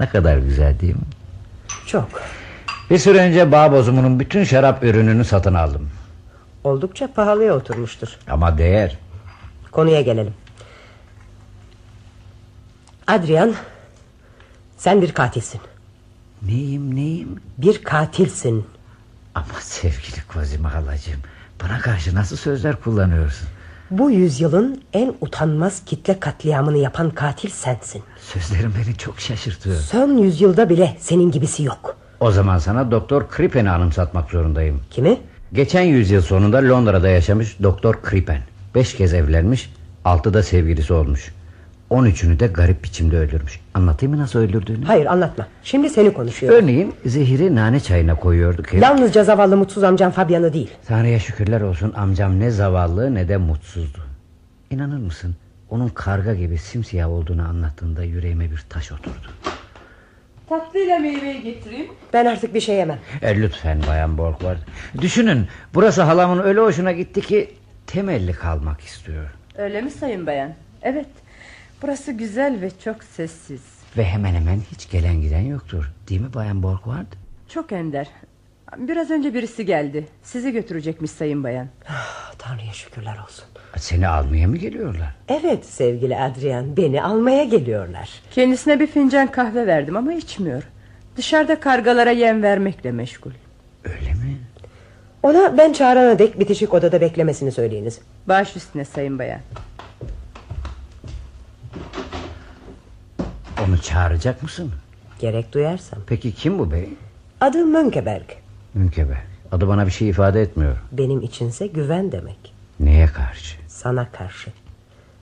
Ne kadar güzel değil mi?
Çok.
Bir süre önce bağ bozumunun bütün şarap ürününü satın aldım.
Oldukça pahalıya oturmuştur.
Ama değer.
Konuya gelelim. Adrian, sen bir katilsin.
Neyim neyim?
Bir katilsin.
Ama sevgili Kozima halacığım bana karşı nasıl sözler kullanıyorsun?
Bu yüzyılın en utanmaz kitle katliamını yapan katil sensin.
Sözlerin beni çok şaşırtıyor.
Son yüzyılda bile senin gibisi yok.
O zaman sana Doktor Kripen'i anımsatmak zorundayım.
Kimi?
Geçen yüzyıl sonunda Londra'da yaşamış Doktor Kripen. Beş kez evlenmiş, altı da sevgilisi olmuş. On üçünü de garip biçimde öldürmüş. Anlatayım mı nasıl öldürdüğünü?
Hayır anlatma. Şimdi seni konuşuyorum.
Örneğin zehiri nane çayına koyuyorduk. hep.
Yalnızca zavallı mutsuz amcan Fabian'ı değil.
Tanrı'ya şükürler olsun amcam ne zavallı ne de mutsuzdu. İnanır mısın? Onun karga gibi simsiyah olduğunu anlattığında yüreğime bir taş oturdu.
Tatlıyla meyveyi getireyim.
Ben artık bir şey yemem.
E, lütfen Bayan Borgward. Düşünün burası halamın öyle hoşuna gitti ki temelli kalmak istiyor.
Öyle mi sayın bayan? Evet. Burası güzel ve çok sessiz.
Ve hemen hemen hiç gelen giden yoktur. Değil mi Bayan Borgward?
Çok ender. Biraz önce birisi geldi. Sizi götürecekmiş sayın bayan.
Ah, Tanrı'ya şükürler olsun.
E, Seni almaya mı geliyorlar?
Evet sevgili Adrian beni almaya geliyorlar.
Kendisine bir fincan kahve verdim ama içmiyor. Dışarıda kargalara yem vermekle meşgul.
Öyle mi?
Ona ben çağırana dek bitişik odada beklemesini söyleyiniz.
Baş üstüne sayın bayan.
Onu çağıracak mısın?
Gerek duyarsam.
Peki kim bu bey?
Adı Mönkeberg.
Münkebe. Adı bana bir şey ifade etmiyor.
Benim içinse güven demek.
Neye karşı?
Sana karşı.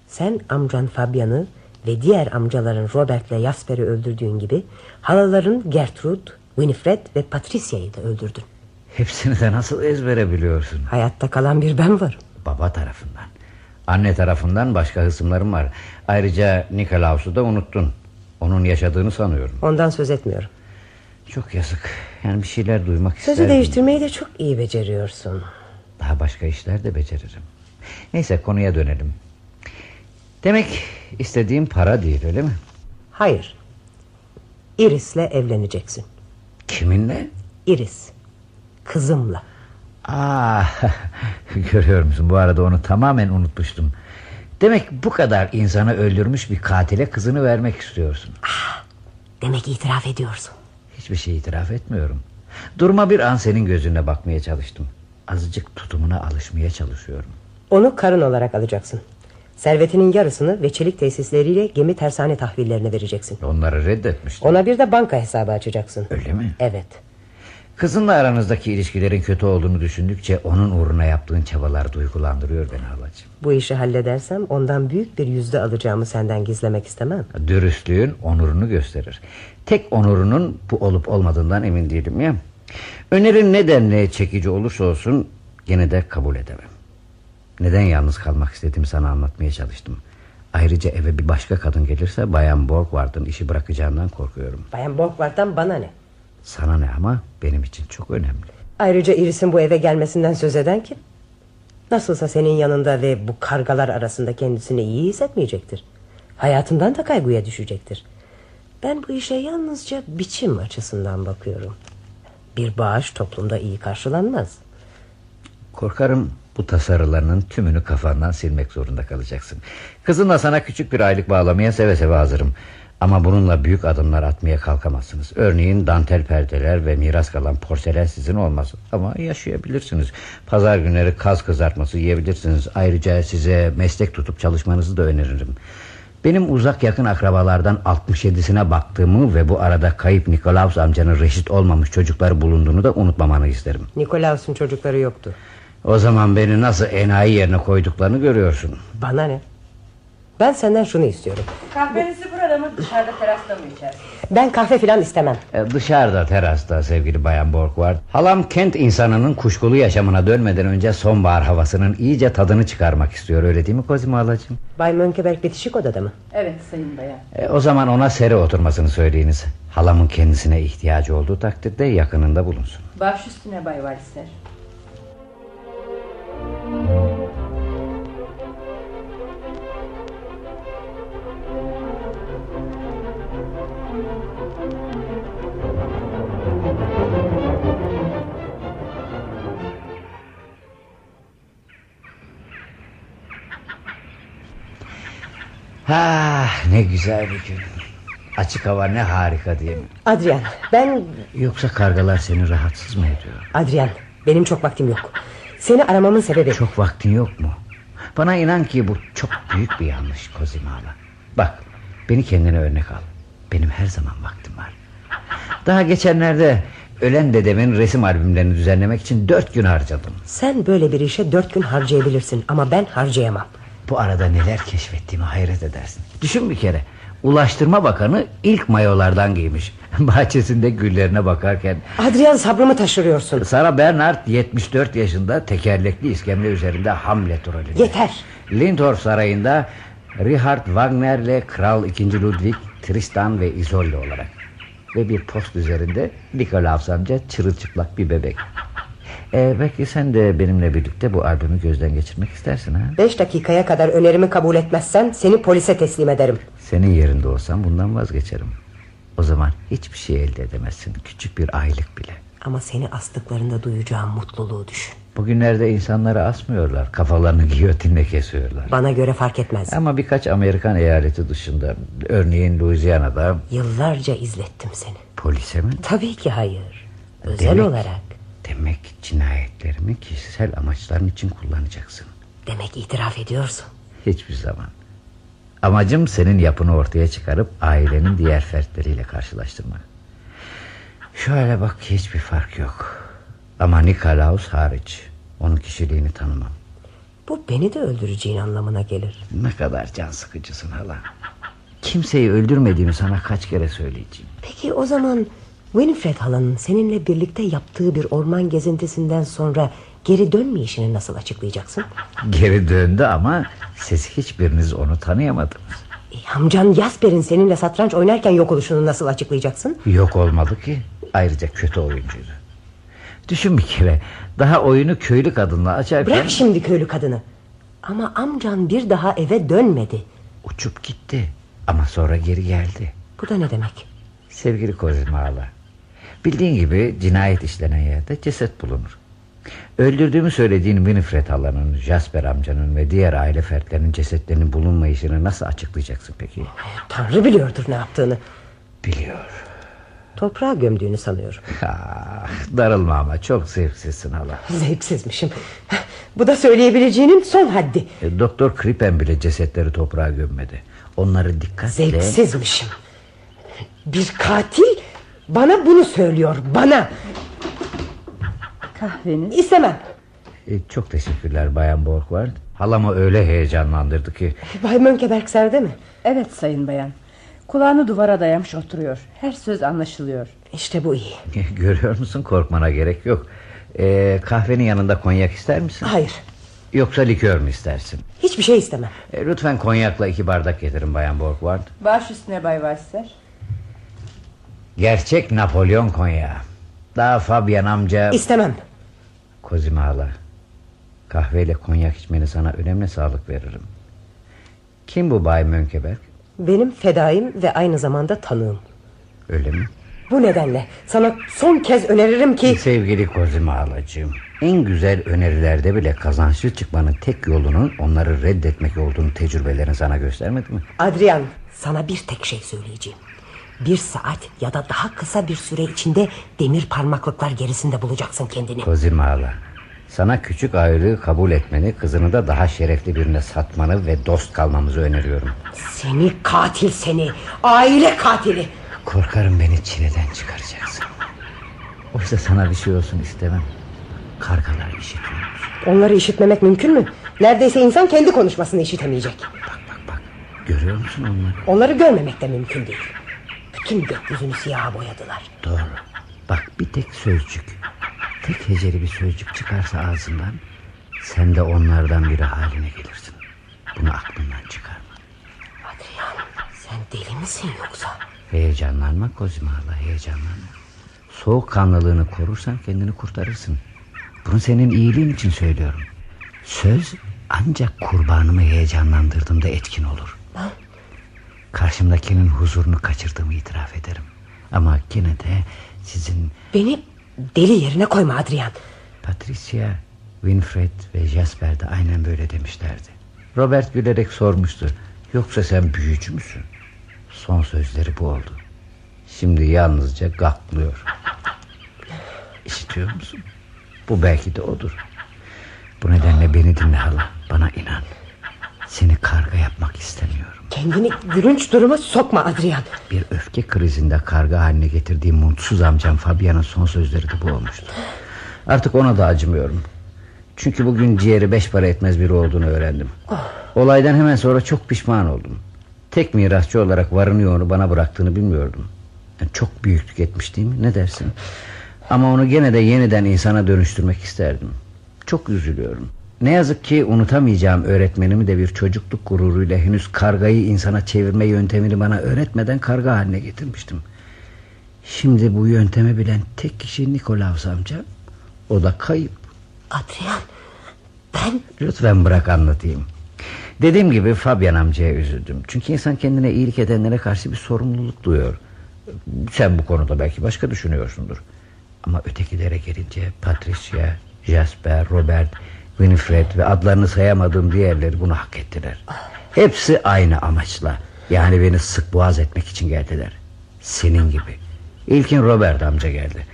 Sen amcan Fabian'ı ve diğer amcaların Robert'le Jasper'i öldürdüğün gibi halaların Gertrude, Winifred ve Patricia'yı da öldürdün.
Hepsini de nasıl ezbere biliyorsun?
Hayatta kalan bir ben varım.
Baba tarafından. Anne tarafından başka hısımlarım var. Ayrıca Nikolaus'u da unuttun. Onun yaşadığını sanıyorum.
Ondan söz etmiyorum.
Çok yazık. Yani bir şeyler duymak
Sözü
isterdim.
değiştirmeyi de çok iyi beceriyorsun.
Daha başka işler de beceririm. Neyse konuya dönelim. Demek istediğim para değil öyle mi?
Hayır. Iris'le evleneceksin.
Kiminle?
Iris. Kızımla.
Ah, görüyor musun bu arada onu tamamen unutmuştum. Demek bu kadar insanı öldürmüş bir katile kızını vermek istiyorsun.
Demek itiraf ediyorsun.
Hiçbir şey itiraf etmiyorum. Duruma bir an senin gözüne bakmaya çalıştım. Azıcık tutumuna alışmaya çalışıyorum.
Onu karın olarak alacaksın. Servetinin yarısını ve çelik tesisleriyle gemi tersane tahvillerine vereceksin.
Onları reddetmiştim.
Ona bir de banka hesabı açacaksın.
Öyle mi?
Evet.
Kızınla aranızdaki ilişkilerin kötü olduğunu düşündükçe onun uğruna yaptığın çabalar duygulandırıyor beni halacığım.
Bu işi halledersem ondan büyük bir yüzde alacağımı senden gizlemek istemem.
Dürüstlüğün onurunu gösterir. Tek onurunun bu olup olmadığından emin değilim ya. Önerin nedenle çekici olursa olsun gene de kabul edemem. Neden yalnız kalmak istediğimi sana anlatmaya çalıştım. Ayrıca eve bir başka kadın gelirse Bayan Borgward'ın işi bırakacağından korkuyorum.
Bayan Borgward'dan bana ne?
Sana ne ama benim için çok önemli.
Ayrıca Iris'in bu eve gelmesinden söz eden kim? Nasılsa senin yanında ve bu kargalar arasında kendisini iyi hissetmeyecektir. Hayatından da kaygıya düşecektir. Ben bu işe yalnızca biçim açısından bakıyorum. Bir bağış toplumda iyi karşılanmaz.
Korkarım bu tasarılarının tümünü kafandan silmek zorunda kalacaksın. Kızınla sana küçük bir aylık bağlamaya seve seve hazırım. Ama bununla büyük adımlar atmaya kalkamazsınız. Örneğin dantel perdeler ve miras kalan porselen sizin olmaz. Ama yaşayabilirsiniz. Pazar günleri kaz kızartması yiyebilirsiniz. Ayrıca size meslek tutup çalışmanızı da öneririm. Benim uzak yakın akrabalardan 67'sine baktığımı ve bu arada kayıp Nikolaus amcanın reşit olmamış çocukları bulunduğunu da unutmamanı isterim.
Nikolaus'un çocukları yoktu.
O zaman beni nasıl enayi yerine koyduklarını görüyorsun.
Bana ne? Ben senden şunu istiyorum.
Kahvenizi burada mı dışarıda terasta mı içersiniz?
Ben kahve filan istemem.
E, Dışarıda terasta sevgili Bayan Borgward Halam kent insanının kuşkulu yaşamına dönmeden önce sonbahar havasının iyice tadını çıkarmak istiyor öyle değil mi Kozima halacığım?
Bay Mönkeberg bitişik odada mı?
Evet sayın bayan.
E, o zaman ona seri oturmasını söyleyiniz. Halamın kendisine ihtiyacı olduğu takdirde yakınında bulunsun.
Baş üstüne bay valisler.
Ha ne güzel bir gün. Açık hava ne harika değil mi?
Adrian, ben...
Yoksa kargalar seni rahatsız mı ediyor?
Adrian, benim çok vaktim yok. Seni aramamın sebebi...
Çok vaktin yok mu? Bana inan ki bu çok büyük bir yanlış Kozima hala. Bak beni kendine örnek al. Benim her zaman vaktim var. Daha geçenlerde ölen dedemin resim albümlerini düzenlemek için dört gün harcadım.
Sen böyle bir işe dört gün harcayabilirsin ama ben harcayamam.
Bu arada neler keşfettiğimi hayret edersin. Düşün bir kere. Ulaştırma Bakanı ilk mayolardan giymiş. Bahçesinde güllerine bakarken
Adrian sabrımı taşırıyorsun.
Sara Bernard 74 yaşında tekerlekli iskemle üzerinde Hamlet rolünde.
Yeter.
Lindor Sarayı'nda Richard Wagner'le Kral 2. Ludwig, Tristan ve Isolde olarak. Ve bir post üzerinde Nikolaus amca çırılçıplak bir bebek. Ee, belki sen de benimle birlikte bu albümü gözden geçirmek istersin ha?
Beş dakikaya kadar önerimi kabul etmezsen seni polise teslim ederim.
Senin yerinde olsam bundan vazgeçerim. O zaman hiçbir şey elde edemezsin. Küçük bir aylık bile.
Ama seni astıklarında duyacağım mutluluğu düşün.
Bugünlerde insanları asmıyorlar. Kafalarını giyotinle kesiyorlar.
Bana göre fark etmez.
Ama birkaç Amerikan eyaleti dışında. Örneğin Louisiana'da
Yıllarca izlettim seni.
polise mi?
Tabii ki hayır. Özel
Demek-
olarak.
Demek cinayetlerimi kişisel amaçların için kullanacaksın.
Demek itiraf ediyorsun.
Hiçbir zaman. Amacım senin yapını ortaya çıkarıp ailenin diğer fertleriyle karşılaştırmak. Şöyle bak hiçbir fark yok. Ama Nikolaus hariç. Onun kişiliğini tanımam.
Bu beni de öldüreceğin anlamına gelir.
Ne kadar can sıkıcısın hala. Kimseyi öldürmediğimi sana kaç kere söyleyeceğim.
Peki o zaman Winifred halanın seninle birlikte yaptığı bir orman gezintisinden sonra geri dönmeyişini nasıl açıklayacaksın?
Geri döndü ama siz hiçbiriniz onu tanıyamadınız.
E, amcan Jasper'in seninle satranç oynarken yok oluşunu nasıl açıklayacaksın?
Yok olmadı ki. Ayrıca kötü oyuncuydu. Düşün bir kere. Daha oyunu köylü kadınla açarken...
Bırak şimdi köylü kadını. Ama amcan bir daha eve dönmedi.
Uçup gitti. Ama sonra geri geldi.
Bu da ne demek?
Sevgili Kozima Ala, Bildiğin gibi cinayet işlenen yerde ceset bulunur. Öldürdüğümü söylediğin Winifred halanın, Jasper amcanın ve diğer aile fertlerinin cesetlerinin bulunmayışını nasıl açıklayacaksın peki?
Tanrı biliyordur ne yaptığını.
Biliyor.
Toprağa gömdüğünü sanıyorum.
Ah, darılma ama çok zevksizsin hala.
Zevksizmişim. Bu da söyleyebileceğinin son haddi.
E, Doktor Kripen bile cesetleri toprağa gömmedi. Onları dikkatle...
Zevksizmişim. Bir katil bana bunu söylüyor. Bana.
Kahveniz?
İstemem.
E, çok teşekkürler Bayan Borgward. Halamı öyle heyecanlandırdı ki...
Bay Mönkeberg serde mi?
Evet sayın bayan. Kulağını duvara dayamış oturuyor. Her söz anlaşılıyor.
İşte bu iyi.
Görüyor musun korkmana gerek yok. E, kahvenin yanında konyak ister misin?
Hayır.
Yoksa likör mü istersin?
Hiçbir şey istemem.
E, lütfen konyakla iki bardak getirin Bayan Borgward.
Baş üstüne bay valisler.
Gerçek Napolyon konyağı. Daha Fabian amca...
İstemem.
Kozime hala. Kahveyle konyak içmeni sana önemli sağlık veririm. Kim bu Bay Mönkeberg?
Benim fedaim ve aynı zamanda tanığım.
Öyle mi?
Bu nedenle sana son kez öneririm ki...
Sevgili Kozime halacığım. En güzel önerilerde bile kazançlı çıkmanın tek yolunun onları reddetmek olduğunu tecrübelerin sana göstermedi mi?
Adrian sana bir tek şey söyleyeceğim. Bir saat ya da daha kısa bir süre içinde demir parmaklıklar gerisinde bulacaksın kendini.
Kozime hala. Sana küçük ayrılığı kabul etmeni, kızını da daha şerefli birine satmanı ve dost kalmamızı öneriyorum.
Seni katil seni. Aile katili.
Korkarım beni çileden çıkaracaksın. Oysa sana bir şey olsun istemem. Kargalar işitiyor.
Onları işitmemek mümkün mü? Neredeyse insan kendi konuşmasını işitemeyecek.
Bak bak bak. Görüyor musun onları?
Onları görmemek de mümkün değil. Bütün gökyüzünü siyaha boyadılar.
Doğru. Bak bir tek sözcük. Tek heceli bir sözcük çıkarsa ağzından... ...sen de onlardan biri haline gelirsin. Bunu aklından çıkarma.
Adrian sen deli misin yoksa?
Heyecanlanma Kozmala heyecanlanma. Soğukkanlılığını korursan kendini kurtarırsın. Bunu senin iyiliğin için söylüyorum. Söz ancak kurbanımı heyecanlandırdığımda etkin olur. Karşımdakinin huzurunu kaçırdığımı itiraf ederim. Ama gene de sizin
Beni deli yerine koyma Adrian.
Patricia, Winfred ve Jasper de aynen böyle demişlerdi. Robert gülerek sormuştu. Yoksa sen büyücü müsün? Son sözleri bu oldu. Şimdi yalnızca gaklıyor. İşitiyor musun? Bu belki de odur. Bu nedenle beni dinle hala. Bana inan. Seni karga yapmak istemiyorum.
Kendini gülünç duruma sokma Adrian.
Bir öfke krizinde karga haline getirdiği mutsuz amcam Fabian'ın son sözleri de bu olmuştu. Artık ona da acımıyorum. Çünkü bugün ciğeri beş para etmez biri olduğunu öğrendim. Olaydan hemen sonra çok pişman oldum. Tek mirasçı olarak varını yoğunu bana bıraktığını bilmiyordum. Yani çok büyüklük etmiş değil mi? Ne dersin? Ama onu gene de yeniden insana dönüştürmek isterdim. Çok üzülüyorum. Ne yazık ki unutamayacağım öğretmenimi de bir çocukluk gururuyla henüz kargayı insana çevirme yöntemini bana öğretmeden karga haline getirmiştim. Şimdi bu yöntemi bilen tek kişi Nikolaus amca. O da kayıp.
Adrian ben
Lütfen bırak anlatayım. Dediğim gibi Fabian amcaya üzüldüm. Çünkü insan kendine iyilik edenlere karşı bir sorumluluk duyuyor. Sen bu konuda belki başka düşünüyorsundur. Ama ötekilere gelince Patricia, Jasper, Robert, Winifred ve adlarını sayamadığım diğerleri bunu hak ettiler. Hepsi aynı amaçla. Yani beni sık boğaz etmek için geldiler. Senin gibi. İlkin Robert amca geldi.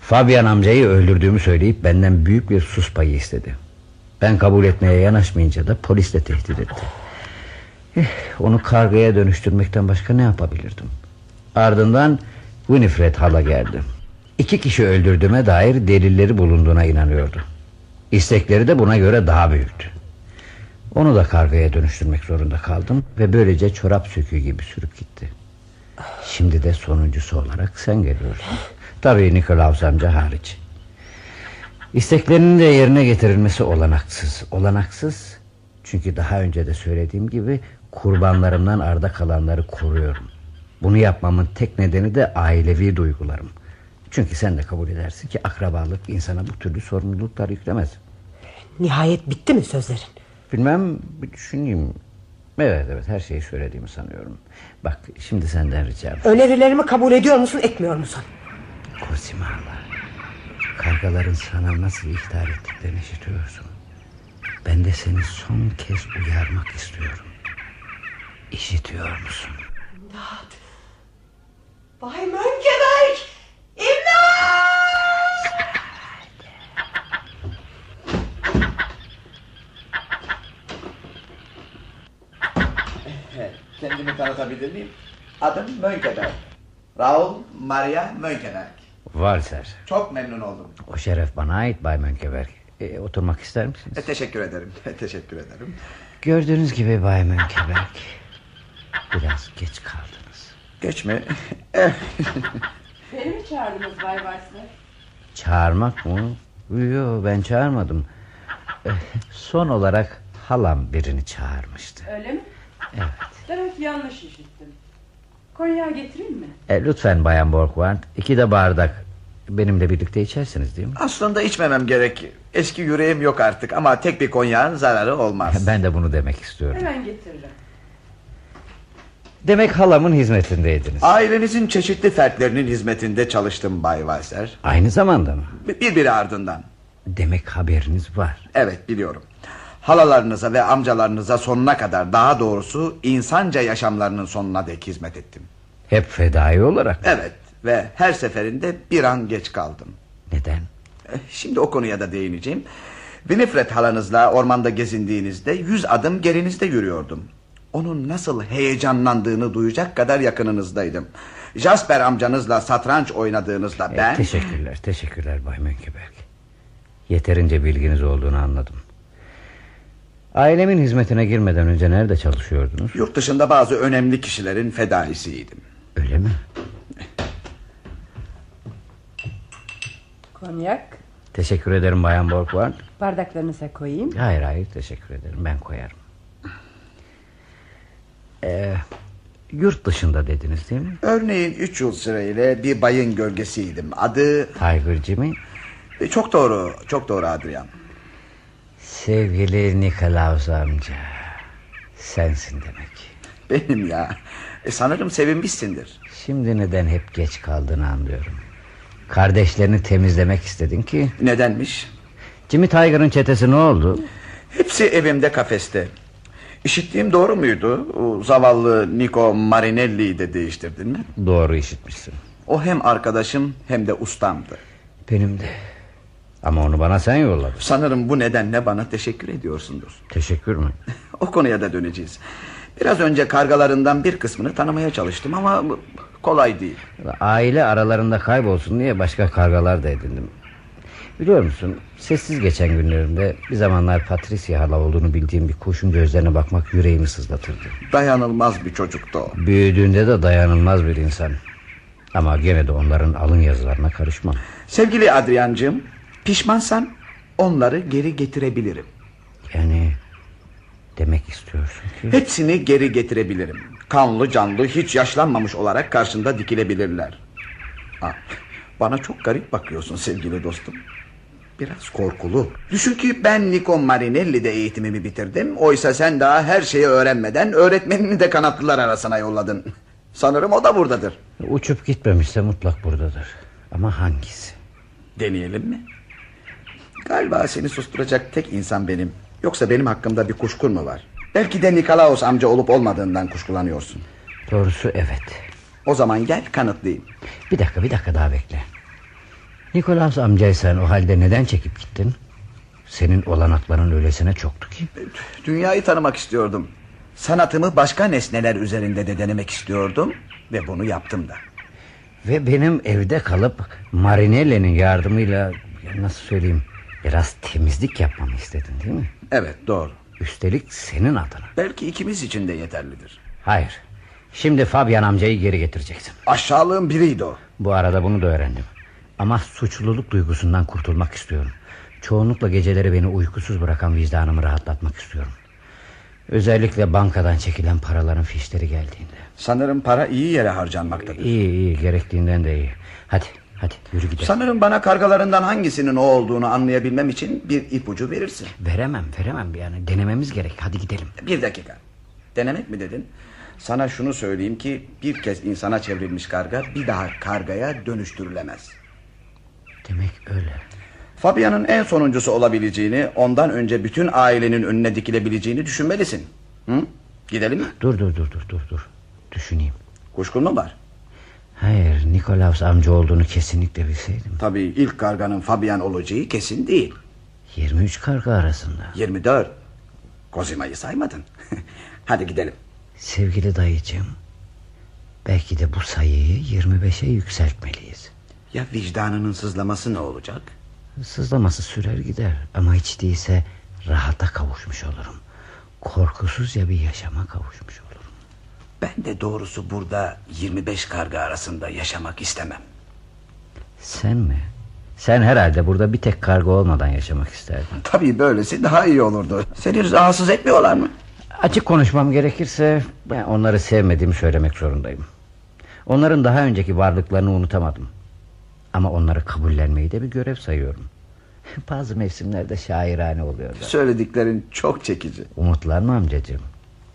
Fabian amcayı öldürdüğümü söyleyip benden büyük bir sus payı istedi. Ben kabul etmeye yanaşmayınca da polisle tehdit etti. Eh, onu kargaya dönüştürmekten başka ne yapabilirdim? Ardından Winifred hala geldi. İki kişi öldürdüğüme dair delilleri bulunduğuna inanıyordu. İstekleri de buna göre daha büyüktü. Onu da kargaya dönüştürmek zorunda kaldım ve böylece çorap söküğü gibi sürüp gitti. Şimdi de sonuncusu olarak sen geliyorsun. Tabii Nikolaus amca hariç. İsteklerinin de yerine getirilmesi olanaksız. Olanaksız çünkü daha önce de söylediğim gibi kurbanlarımdan arda kalanları koruyorum. Bunu yapmamın tek nedeni de ailevi duygularım. Çünkü sen de kabul edersin ki akrabalık insana bu türlü sorumluluklar yüklemez.
nihayet bitti mi sözlerin?
Bilmem bir düşüneyim. Evet evet her şeyi söylediğimi sanıyorum. Bak şimdi senden ricam.
Önerilerimi kabul ediyor musun etmiyor musun?
Kozimarla. Kargaların sana nasıl ihtar ettiklerini işitiyorsun. Ben de seni son kez uyarmak istiyorum. İşitiyor musun?
Bay Mönkeberg! İmdat!
Kendimi tanıtabilir miyim? Adım Mönkeberg. Raul Maria Mönkeberg.
Valser.
Çok memnun oldum.
O şeref bana ait Bay Mönkeberg. E, oturmak ister misiniz?
E, teşekkür ederim. teşekkür ederim.
Gördüğünüz gibi Bay Mönkeberg. Biraz geç kaldınız.
Geç mi?
Beni mi çağırdınız Bay Varsler?
Çağırmak mı? Yok ben çağırmadım. Eh, son olarak halam birini çağırmıştı.
Öyle mi?
Evet.
Demek yanlış işittim. Konyağı getireyim mi?
E, lütfen Bayan Borgward iki de bardak benimle birlikte içersiniz değil mi?
Aslında içmemem gerek. Eski yüreğim yok artık ama tek bir konyağın zararı olmaz.
Ben de bunu demek istiyorum.
Hemen getiririm.
Demek halamın hizmetindeydiniz.
Ailenizin çeşitli fertlerinin hizmetinde çalıştım Bay Weiser.
Aynı zamanda mı?
Bir- Birbiri ardından.
Demek haberiniz var.
Evet biliyorum. Halalarınıza ve amcalarınıza sonuna kadar daha doğrusu insanca yaşamlarının sonuna dek hizmet ettim.
Hep fedai olarak. mı?
Evet ve her seferinde bir an geç kaldım.
Neden?
E, Şimdi o konuya da değineceğim. Winifred halanızla ormanda gezindiğinizde yüz adım gerinizde yürüyordum. Onun nasıl heyecanlandığını duyacak kadar yakınınızdaydım. Jasper amcanızla satranç oynadığınızda
E,
ben...
Teşekkürler, teşekkürler Bay Mönkeberg. Yeterince bilginiz olduğunu anladım. Ailemin hizmetine girmeden önce nerede çalışıyordunuz?
Yurt dışında bazı önemli kişilerin fedaisiydim.
Öyle mi?
Konyak
Teşekkür ederim Bayan Borgward.
bardaklarınıza koyayım.
Hayır hayır teşekkür ederim ben koyarım. Ee, yurt dışında dediniz değil mi?
Örneğin 3 yıl süreyle bir bayın gölgesiydim. Adı
Tiger Jimmy.
E, Çok doğru, çok doğru Adrian.
Sevgili Nikolaus amca. Sensin demek.
Benim ya. E, sanırım sevinmişsindir.
Şimdi neden hep geç kaldığını anlıyorum. Kardeşlerini temizlemek istedin ki.
Nedenmiş?
Jimmy Tiger'ın çetesi ne oldu?
Hepsi evimde kafeste. İşittiğim doğru muydu? O zavallı Nico Marinelli'yi de değiştirdin mi?
Doğru işitmişsin.
O hem arkadaşım hem de ustamdı.
Benim de. Ama onu bana sen yolladın.
Sanırım bu nedenle bana teşekkür ediyorsundur.
Teşekkür mü?
O konuya da döneceğiz. Biraz önce kargalarından bir kısmını tanımaya çalıştım ama bu- kolay değil.
Aile aralarında kaybolsun diye başka kargalar da edindim. Biliyor musun sessiz geçen günlerimde bir zamanlar Patricia hala olduğunu bildiğim bir kuşun gözlerine bakmak yüreğimi sızlatırdı.
Dayanılmaz bir çocuktu o.
Büyüdüğünde de dayanılmaz bir insan. Ama gene de onların alın yazılarına karışmam.
Sevgili Adriancığım, pişmansan onları geri getirebilirim.
Yani demek istiyorsun ki
Hepsini geri getirebilirim. Kanlı canlı hiç yaşlanmamış olarak karşında dikilebilirler. Ha, bana çok garip bakıyorsun sevgili dostum. Biraz korkulu. Düşün ki ben Nico Marinelli'de eğitimimi bitirdim. Oysa sen daha her şeyi öğrenmeden öğretmenini de kanatlılar arasına yolladın. Sanırım o da buradadır.
uçup gitmemişse mutlak buradadır. Ama hangisi?
Deneyelim mi? Galiba seni susturacak tek insan benim. Yoksa benim hakkımda bir kuşkun mu var? Belki de Nikolaos amca olup olmadığından kuşkulanıyorsun.
Doğrusu evet.
O zaman gel kanıtlayayım.
Bir dakika bir dakika daha bekle. Nikolaus amcaysan o halde neden çekip gittin? Senin olanakların öylesine çoktu ki.
Dünyayı tanımak istiyordum. Sanatımı başka nesneler üzerinde de denemek istiyordum ve bunu yaptım da.
Ve benim evde kalıp Marinelle'nin yardımıyla ya nasıl söyleyeyim biraz temizlik yapmamı istedin değil mi?
Evet doğru.
Üstelik senin adına.
Belki ikimiz için de yeterlidir.
Hayır. Şimdi Fabian amcayı geri getireceksin.
Aşağılığın biriydi o.
Bu arada bunu da öğrendim. Ama suçluluk duygusundan kurtulmak istiyorum. Çoğunlukla geceleri beni uykusuz bırakan vicdanımı rahatlatmak istiyorum. Özellikle bankadan çekilen paraların fişleri geldiğinde.
Sanırım para iyi yere harcanmaktadır.
İyi iyi gerektiğinden de iyi. Hadi hadi yürü gidelim.
Sanırım bana kargalarından hangisinin o olduğunu anlayabilmem için bir ipucu verirsin.
Veremem veremem yani denememiz gerek hadi gidelim.
Bir dakika. Denemek mi dedin? Sana şunu söyleyeyim ki bir kez insana çevrilmiş karga bir daha kargaya dönüştürülemez.
Demek öyle.
Fabia'nın en sonuncusu olabileceğini, ondan önce bütün ailenin önüne dikilebileceğini düşünmelisin. Hı? Gidelim mi?
Dur dur dur dur dur dur. Düşüneyim.
Kuşkun mu var?
Hayır Nikolaus amca olduğunu kesinlikle bilseydim.
Tabii ilk karganın Fabian olacağı kesin değil.
23 karga arasında.
24. Kozima'yı saymadın. Hadi gidelim.
Sevgili dayıcığım. Belki de bu sayıyı 25'e yükseltmeliyiz.
Ya vicdanının sızlaması ne olacak?
Sızlaması sürer gider ama hiç değilse rahata kavuşmuş olurum. Korkusuzca bir yaşama kavuşmuş olurum.
Ben de doğrusu burada 25 karga arasında yaşamak istemem.
Sen mi? Sen herhalde burada bir tek karga olmadan yaşamak isterdin.
Tabii böylesi daha iyi olurdu. Seni rahatsız etmiyorlar mı?
Açık konuşmam gerekirse ben onları sevmediğimi söylemek zorundayım. Onların daha önceki varlıklarını unutamadım. Ama onları kabullenmeyi de bir görev sayıyorum. Bazı mevsimlerde şairane oluyorlar.
Söylediklerin çok çekici.
Umutlanma amcacığım.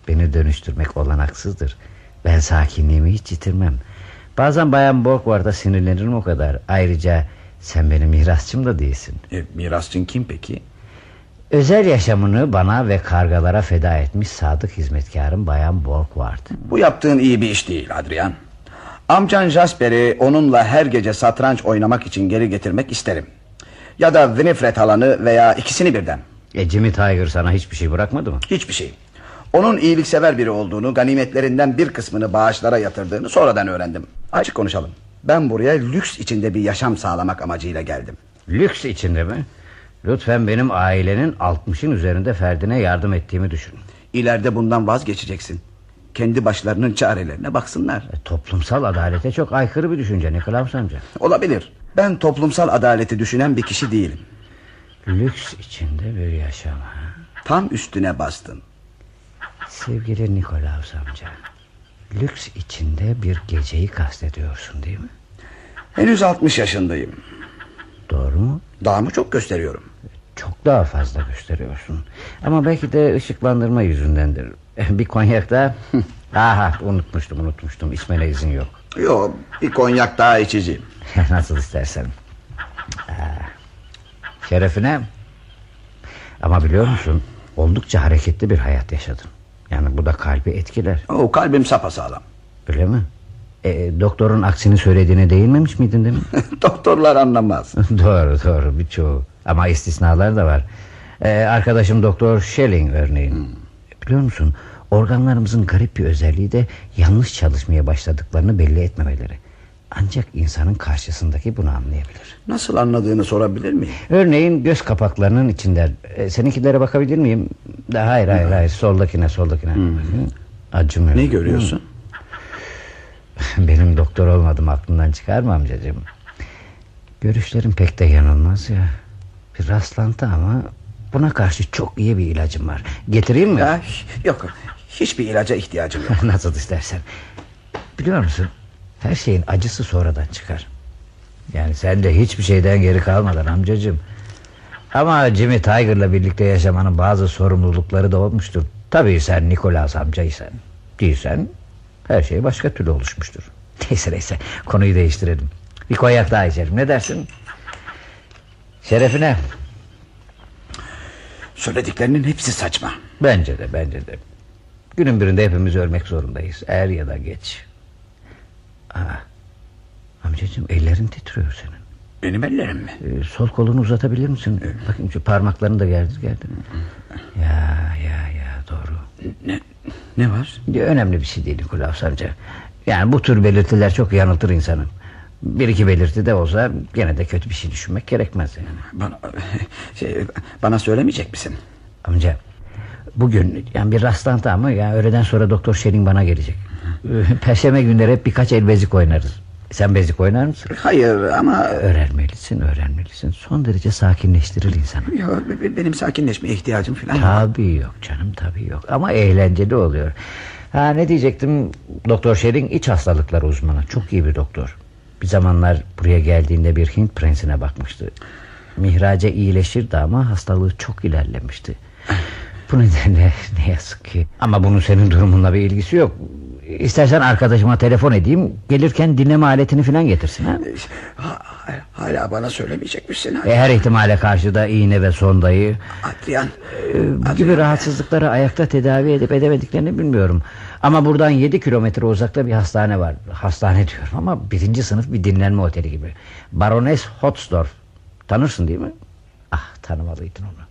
Beni dönüştürmek olanaksızdır. Ben sakinliğimi hiç yitirmem. Bazen Bayan Borgward'a sinirlenirim o kadar. Ayrıca sen benim mirasçım da değilsin.
E, mirasçın kim peki?
Özel yaşamını bana ve kargalara feda etmiş sadık hizmetkarım Bayan Borgward.
Bu yaptığın iyi bir iş değil Adrian. Amcan Jasper'i onunla her gece satranç oynamak için geri getirmek isterim. Ya da Winifred halanı veya ikisini birden.
E Jimmy Tiger sana hiçbir şey bırakmadı mı?
Hiçbir şey. Onun iyiliksever biri olduğunu, ganimetlerinden bir kısmını bağışlara yatırdığını sonradan öğrendim. Açık konuşalım. Ben buraya lüks içinde bir yaşam sağlamak amacıyla geldim.
Lüks içinde mi? Lütfen benim ailenin 60'ın üzerinde ferdine yardım ettiğimi düşün.
İleride bundan vazgeçeceksin. Kendi başlarının çarelerine baksınlar.
E, toplumsal adalete çok aykırı bir düşünce Nikolaus amca.
Olabilir. Ben toplumsal adaleti düşünen bir kişi değilim.
Lüks içinde bir yaşam. ha?
Tam üstüne bastın.
Sevgili Nikolaus amca. Lüks içinde bir geceyi kastediyorsun değil mi?
Henüz 60 yaşındayım.
Doğru mu?
Daha mı çok gösteriyorum?
Çok daha fazla gösteriyorsun. Ama belki de ışıklandırma yüzündendir. Bir konyak daha. Aha unutmuştum unutmuştum. İçmene izin yok.
Yok bir konyak daha içeceğim.
Nasıl istersen. Ah, Şerefine. Ama biliyor musun? Oldukça hareketli bir hayat yaşadın. Yani bu da kalbi etkiler.
O kalbim sapasağlam.
Öyle mi? E, doktorun aksini söylediğine değinmemiş miydin değil mi?
Doktorlar anlamaz.
doğru doğru birçoğu. Ama istisnalar da var. E, arkadaşım doktor Schelling örneğin.
Hmm.
Biliyor musun? Organlarımızın garip bir özelliği de yanlış çalışmaya başladıklarını belli etmemeleri. Ancak insanın karşısındaki bunu anlayabilir.
Nasıl anladığını sorabilir miyim?
Örneğin göz kapaklarının içinden. E, seninkilere bakabilir miyim? De, hayır hayır hayır soldakine soldakine. Hı, Acımıyor.
Hmm. Ne
Hı.
görüyorsun?
Benim doktor olmadım aklından çıkarma amcacığım. Görüşlerim pek de yanılmaz ya. Bir rastlantı ama buna karşı çok iyi bir ilacım var. Getireyim mi?
Ya, yok hiçbir ilaca ihtiyacım yok.
Nasıl istersen. Biliyor musun? Her şeyin acısı sonradan çıkar. Yani sen de hiçbir şeyden geri kalmadan amcacığım. Ama Jimmy Tiger'la birlikte yaşamanın bazı sorumlulukları da olmuştur. Tabii sen Nikolas amcaysan. Değilsen her şey başka türlü oluşmuştur. Neyse neyse konuyu değiştirelim. Bir konyak daha içelim ne dersin? Şerefine.
Söylediklerinin hepsi saçma.
Bence de bence de. Günün birinde hepimiz ölmek zorundayız. Er ya da geç. Aa, amcacığım ellerin titriyor senin.
Benim ellerim mi?
Ee, sol kolunu uzatabilir misin? Ee, Bakayım şu parmaklarını da gerdir gerdir. Ya ya ya doğru.
Ne, ne var?
Ya, Önemli bir şey değil Nikolaus amca. Yani bu tür belirtiler çok yanıltır insanı. Bir iki belirti de olsa gene de kötü bir şey düşünmek gerekmez yani.
Bana, şey, bana söylemeyecek misin?
Amca bugün yani bir rastlantı ama ya öğleden sonra doktor Şerin bana gelecek. Ee, Perşembe günleri hep birkaç el bezik oynarız. Sen bezik oynar mısın?
Hayır ama
Öğrenmelisin, öğrenmelisin. Son derece sakinleştirir insanı.
ya, be- be- benim sakinleşmeye ihtiyacım falan yok.
Tabii yok canım tabii yok ama eğlenceli oluyor. Ha ne diyecektim? Doktor Şerin iç hastalıkları uzmanı. Çok iyi bir doktor. Bir zamanlar buraya geldiğinde bir Hint prensine bakmıştı. Mihrace iyileşirdi ama hastalığı çok ilerlemişti. Bu nedenle ne yazık ki. Ama bunun senin durumunla bir ilgisi yok. İstersen arkadaşıma telefon edeyim. Gelirken dinleme aletini falan getirsin. Ha?
Ha- ha- hala bana söylemeyecek misin?
E, her ihtimale karşı da iğne ve sondayı.
Adrian.
Bu gibi rahatsızlıkları ayakta tedavi edip edemediklerini bilmiyorum. Ama buradan 7 kilometre uzakta bir hastane var. Hastane diyorum ama birinci sınıf bir dinlenme oteli gibi. Barones Hotsdorf. Tanırsın değil mi? Ah tanımalıydın onu.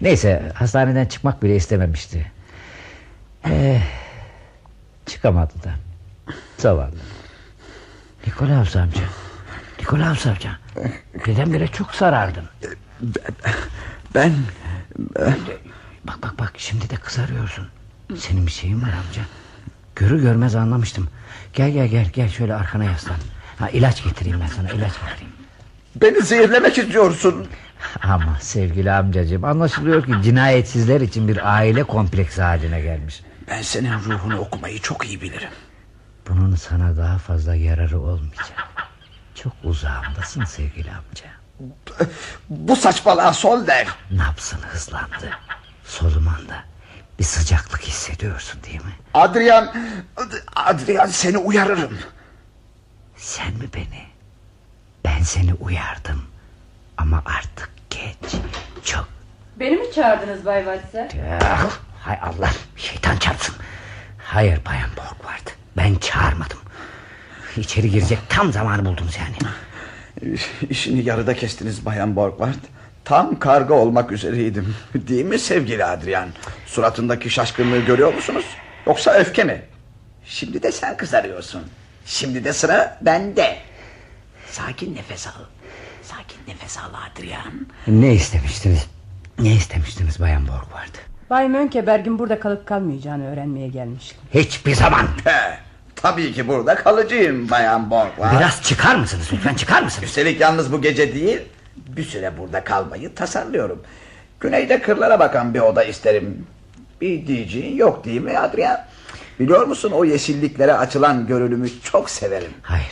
Neyse hastaneden çıkmak bile istememişti. Eh, çıkamadı da. Zavallı. Nikolaus amca. Nikolaus amca. Birdenbire çok sarardın.
Ben
Bak bak bak şimdi de kızarıyorsun. Senin bir şeyin var amca. Görür görmez anlamıştım. Gel gel gel gel şöyle arkana yaslan. Ha ilaç getireyim ben sana ilaç getireyim.
beni zehirlemek istiyorsun.
Ama sevgili amcacığım anlaşılıyor ki cinayetsizler için bir aile kompleksi haline gelmiş.
Ben senin ruhunu okumayı çok iyi bilirim.
Bunun sana daha fazla yararı olmayacak. Çok uzağımdasın sevgili amca.
Bu saçmalığa son ver.
Nabzın hızlandı. Solumanda. Bir sıcaklık hissediyorsun değil mi?
Adrian, Ad- Adrian seni uyarırım.
Sen mi beni? Ben seni uyardım. Ama artık geç. Çok.
Beni mi çağırdınız Bay Vatsa?
Ah, hay Allah şeytan çarpsın. Hayır bayan Borg vardı. Ben çağırmadım. İçeri girecek tam zamanı buldunuz yani.
İşini yarıda kestiniz Bayan Borgward. Tam karga olmak üzereydim. Değil mi sevgili Adrian? Suratındaki şaşkınlığı görüyor musunuz? Yoksa öfke mi? Şimdi de sen kızarıyorsun. Şimdi de sıra bende. Sakin nefes al. Sakin nefes al Adrian.
Ne istemiştiniz? Ne istemiştiniz Bayan Borgward?
Bay Mönkeberg'in burada kalıp kalmayacağını öğrenmeye gelmiştim.
Hiçbir zaman.
He, tabii ki burada kalıcıyım Bayan Borgward.
Biraz çıkar mısınız lütfen çıkar mısınız?
Üstelik yalnız bu gece değil, bir süre burada kalmayı tasarlıyorum. Güneyde kırlara bakan bir oda isterim. Bir diyeceğin yok değil mi Adrian? Biliyor musun o yeşilliklere açılan görünümü çok severim.
Hayır.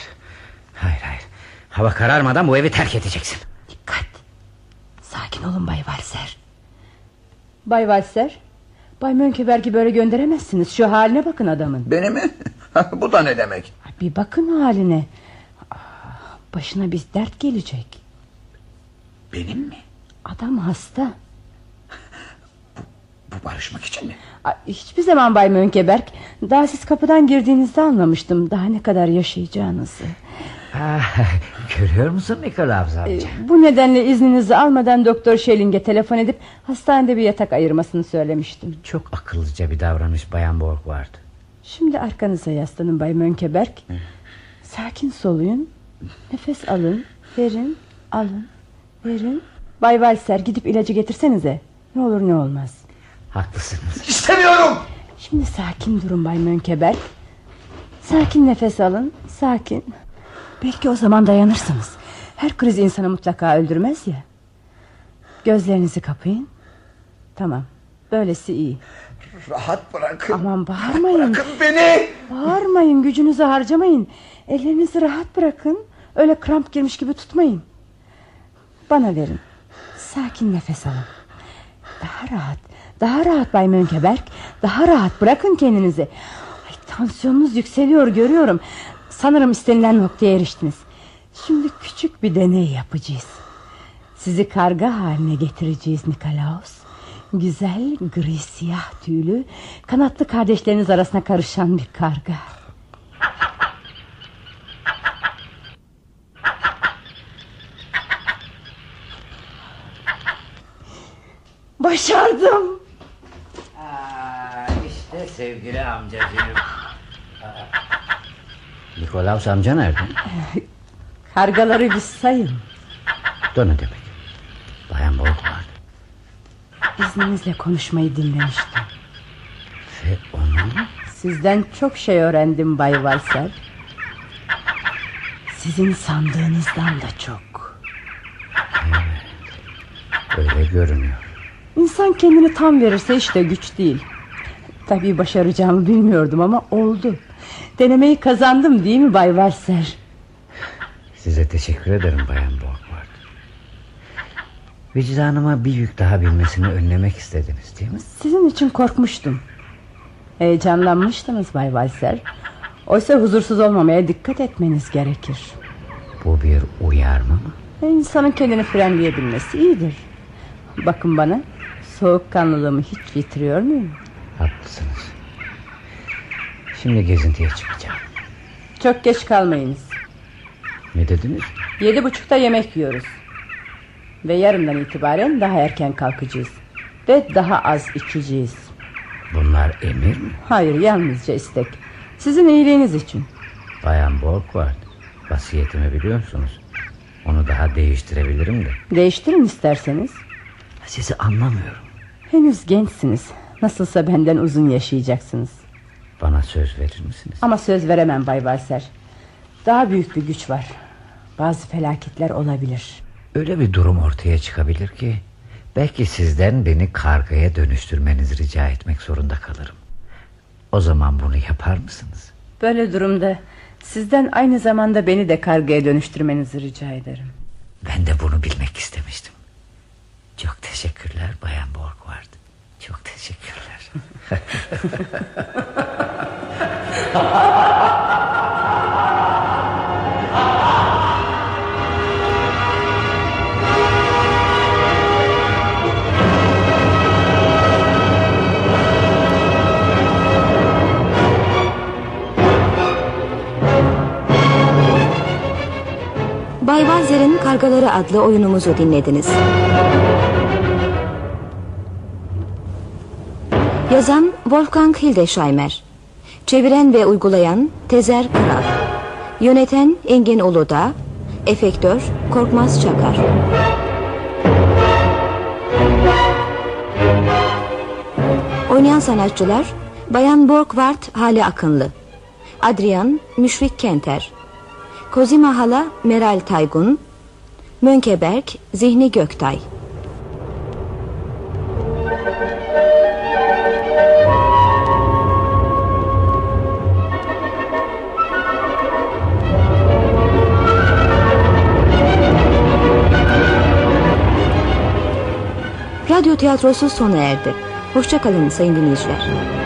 Hayır hayır. Hava kararmadan bu evi terk edeceksin.
Dikkat. Sakin olun Bay Valser.
Bay Valser, Bay Mönkeberg'i böyle gönderemezsiniz. Şu haline bakın adamın.
Beni mi? bu da ne demek?
Ay, Bir bakın haline. Ah, Başına bir dert gelecek.
Benim mi?
Adam hasta.
Bu barışmak için mi?
Ay, Hiçbir zaman Bay Mönkeberg. Daha siz kapıdan girdiğinizde anlamıştım. Daha ne kadar yaşayacağınızı.
Ah, görüyor musun Nikolaus amca?
Bu nedenle izninizi almadan Doktor Schelling'e telefon edip hastanede bir yatak ayırmasını söylemiştim.
Çok akıllıca bir davranış Bayan Borgward.
Şimdi arkanıza yaslanın Bay Mönkeberg. Sakin soluyun. Nefes alın, verin, alın, verin. Bay Valser gidip ilacı getirsenize. Ne olur ne olmaz.
Haklısınız.
İstemiyorum!
Şimdi sakin durun Bay Mönkeberg. Sakin nefes alın, sakin. Belki o zaman dayanırsınız. Her kriz insanı mutlaka öldürmez ya. Gözlerinizi kapayın. Tamam, böylesi iyi.
Rahat bırakın.
Aman bağırmayın.
Bırakın beni!
Bağırmayın gücünüzü harcamayın Ellerinizi rahat bırakın Öyle kramp girmiş gibi tutmayın Bana verin Sakin nefes alın Daha rahat Daha rahat Bay Mönkeberk Daha rahat bırakın kendinizi Ay, Tansiyonunuz yükseliyor görüyorum Sanırım istenilen noktaya eriştiniz Şimdi küçük bir deney yapacağız Sizi karga haline getireceğiz Nikolaos Güzel gri siyah tüylü Kanatlı kardeşleriniz arasına karışan bir karga Başardım
işte sevgili amcacığım. Nikolaus amca nerede?
Kargaları biz sayın
Da ne demek? Bayan Borgward.
İzninizle konuşmayı dinlemiştim
Ve onun
Sizden çok şey öğrendim Bay Valser Sizin sandığınızdan da çok
öyle görünüyor.
İnsan kendini tam verirse işte güç değil Tabii başaracağımı bilmiyordum ama oldu Denemeyi kazandım değil mi Bay Valser
Size teşekkür ederim Bayan Borgward. Vicdanıma bir yük daha binmesini önlemek istediniz değil mi?
Sizin için korkmuştum. Heyecanlanmıştınız Bay Valser. Oysa huzursuz olmamaya dikkat etmeniz gerekir.
Bu bir uyarma mı?
E, İnsanın kendini frenleyebilmesi iyidir. Bakın bana, soğukkanlılığımı hiç yitiriyor muyum?
Haklısınız. Şimdi gezintiye çıkacağım.
Çok geç kalmayınız.
Ne dediniz?
Yedi buçukta yemek yiyoruz. Ve yarından itibaren daha erken kalkacağız. Ve daha az içeceğiz.
Bunlar emir mi?
Hayır, yalnızca istek. Sizin iyiliğiniz için.
Bayan Borgward. Vasiyetimi biliyorsunuz. Onu daha değiştirebilirim de.
Değiştirin isterseniz.
Sizi anlamıyorum.
Henüz gençsiniz. Nasılsa benden uzun yaşayacaksınız.
Bana söz verir misiniz?
Ama söz veremem Bay Valser. Daha büyük bir güç var. Bazı felaketler olabilir.
Öyle bir durum ortaya çıkabilir ki... ...belki sizden beni kargaya dönüştürmenizi rica etmek zorunda kalırım. O zaman bunu yapar mısınız?
Böyle durumda sizden aynı zamanda beni de kargaya dönüştürmenizi rica ederim.
Ben de bunu bilmek istemiştim. Çok teşekkürler Bayan Borgward. Çok teşekkürler.
Bay
Bay Walzer'in Kargaları adlı oyunumuzu dinlediniz. Yazan Wolfgang Hildesheimer. Çeviren ve uygulayan Tezer Kral. Yöneten Engin Uludağ. Efektör Korkmaz Çakar. Oynayan sanatçılar Bayan Borgward Hale Akınlı Adrian Müşfik Kenter Kozima Hala Meral Taygun Mönkeberk Zihni Göktay Radyo tiyatrosu sona erdi. Hoşçakalın sayın dinleyiciler.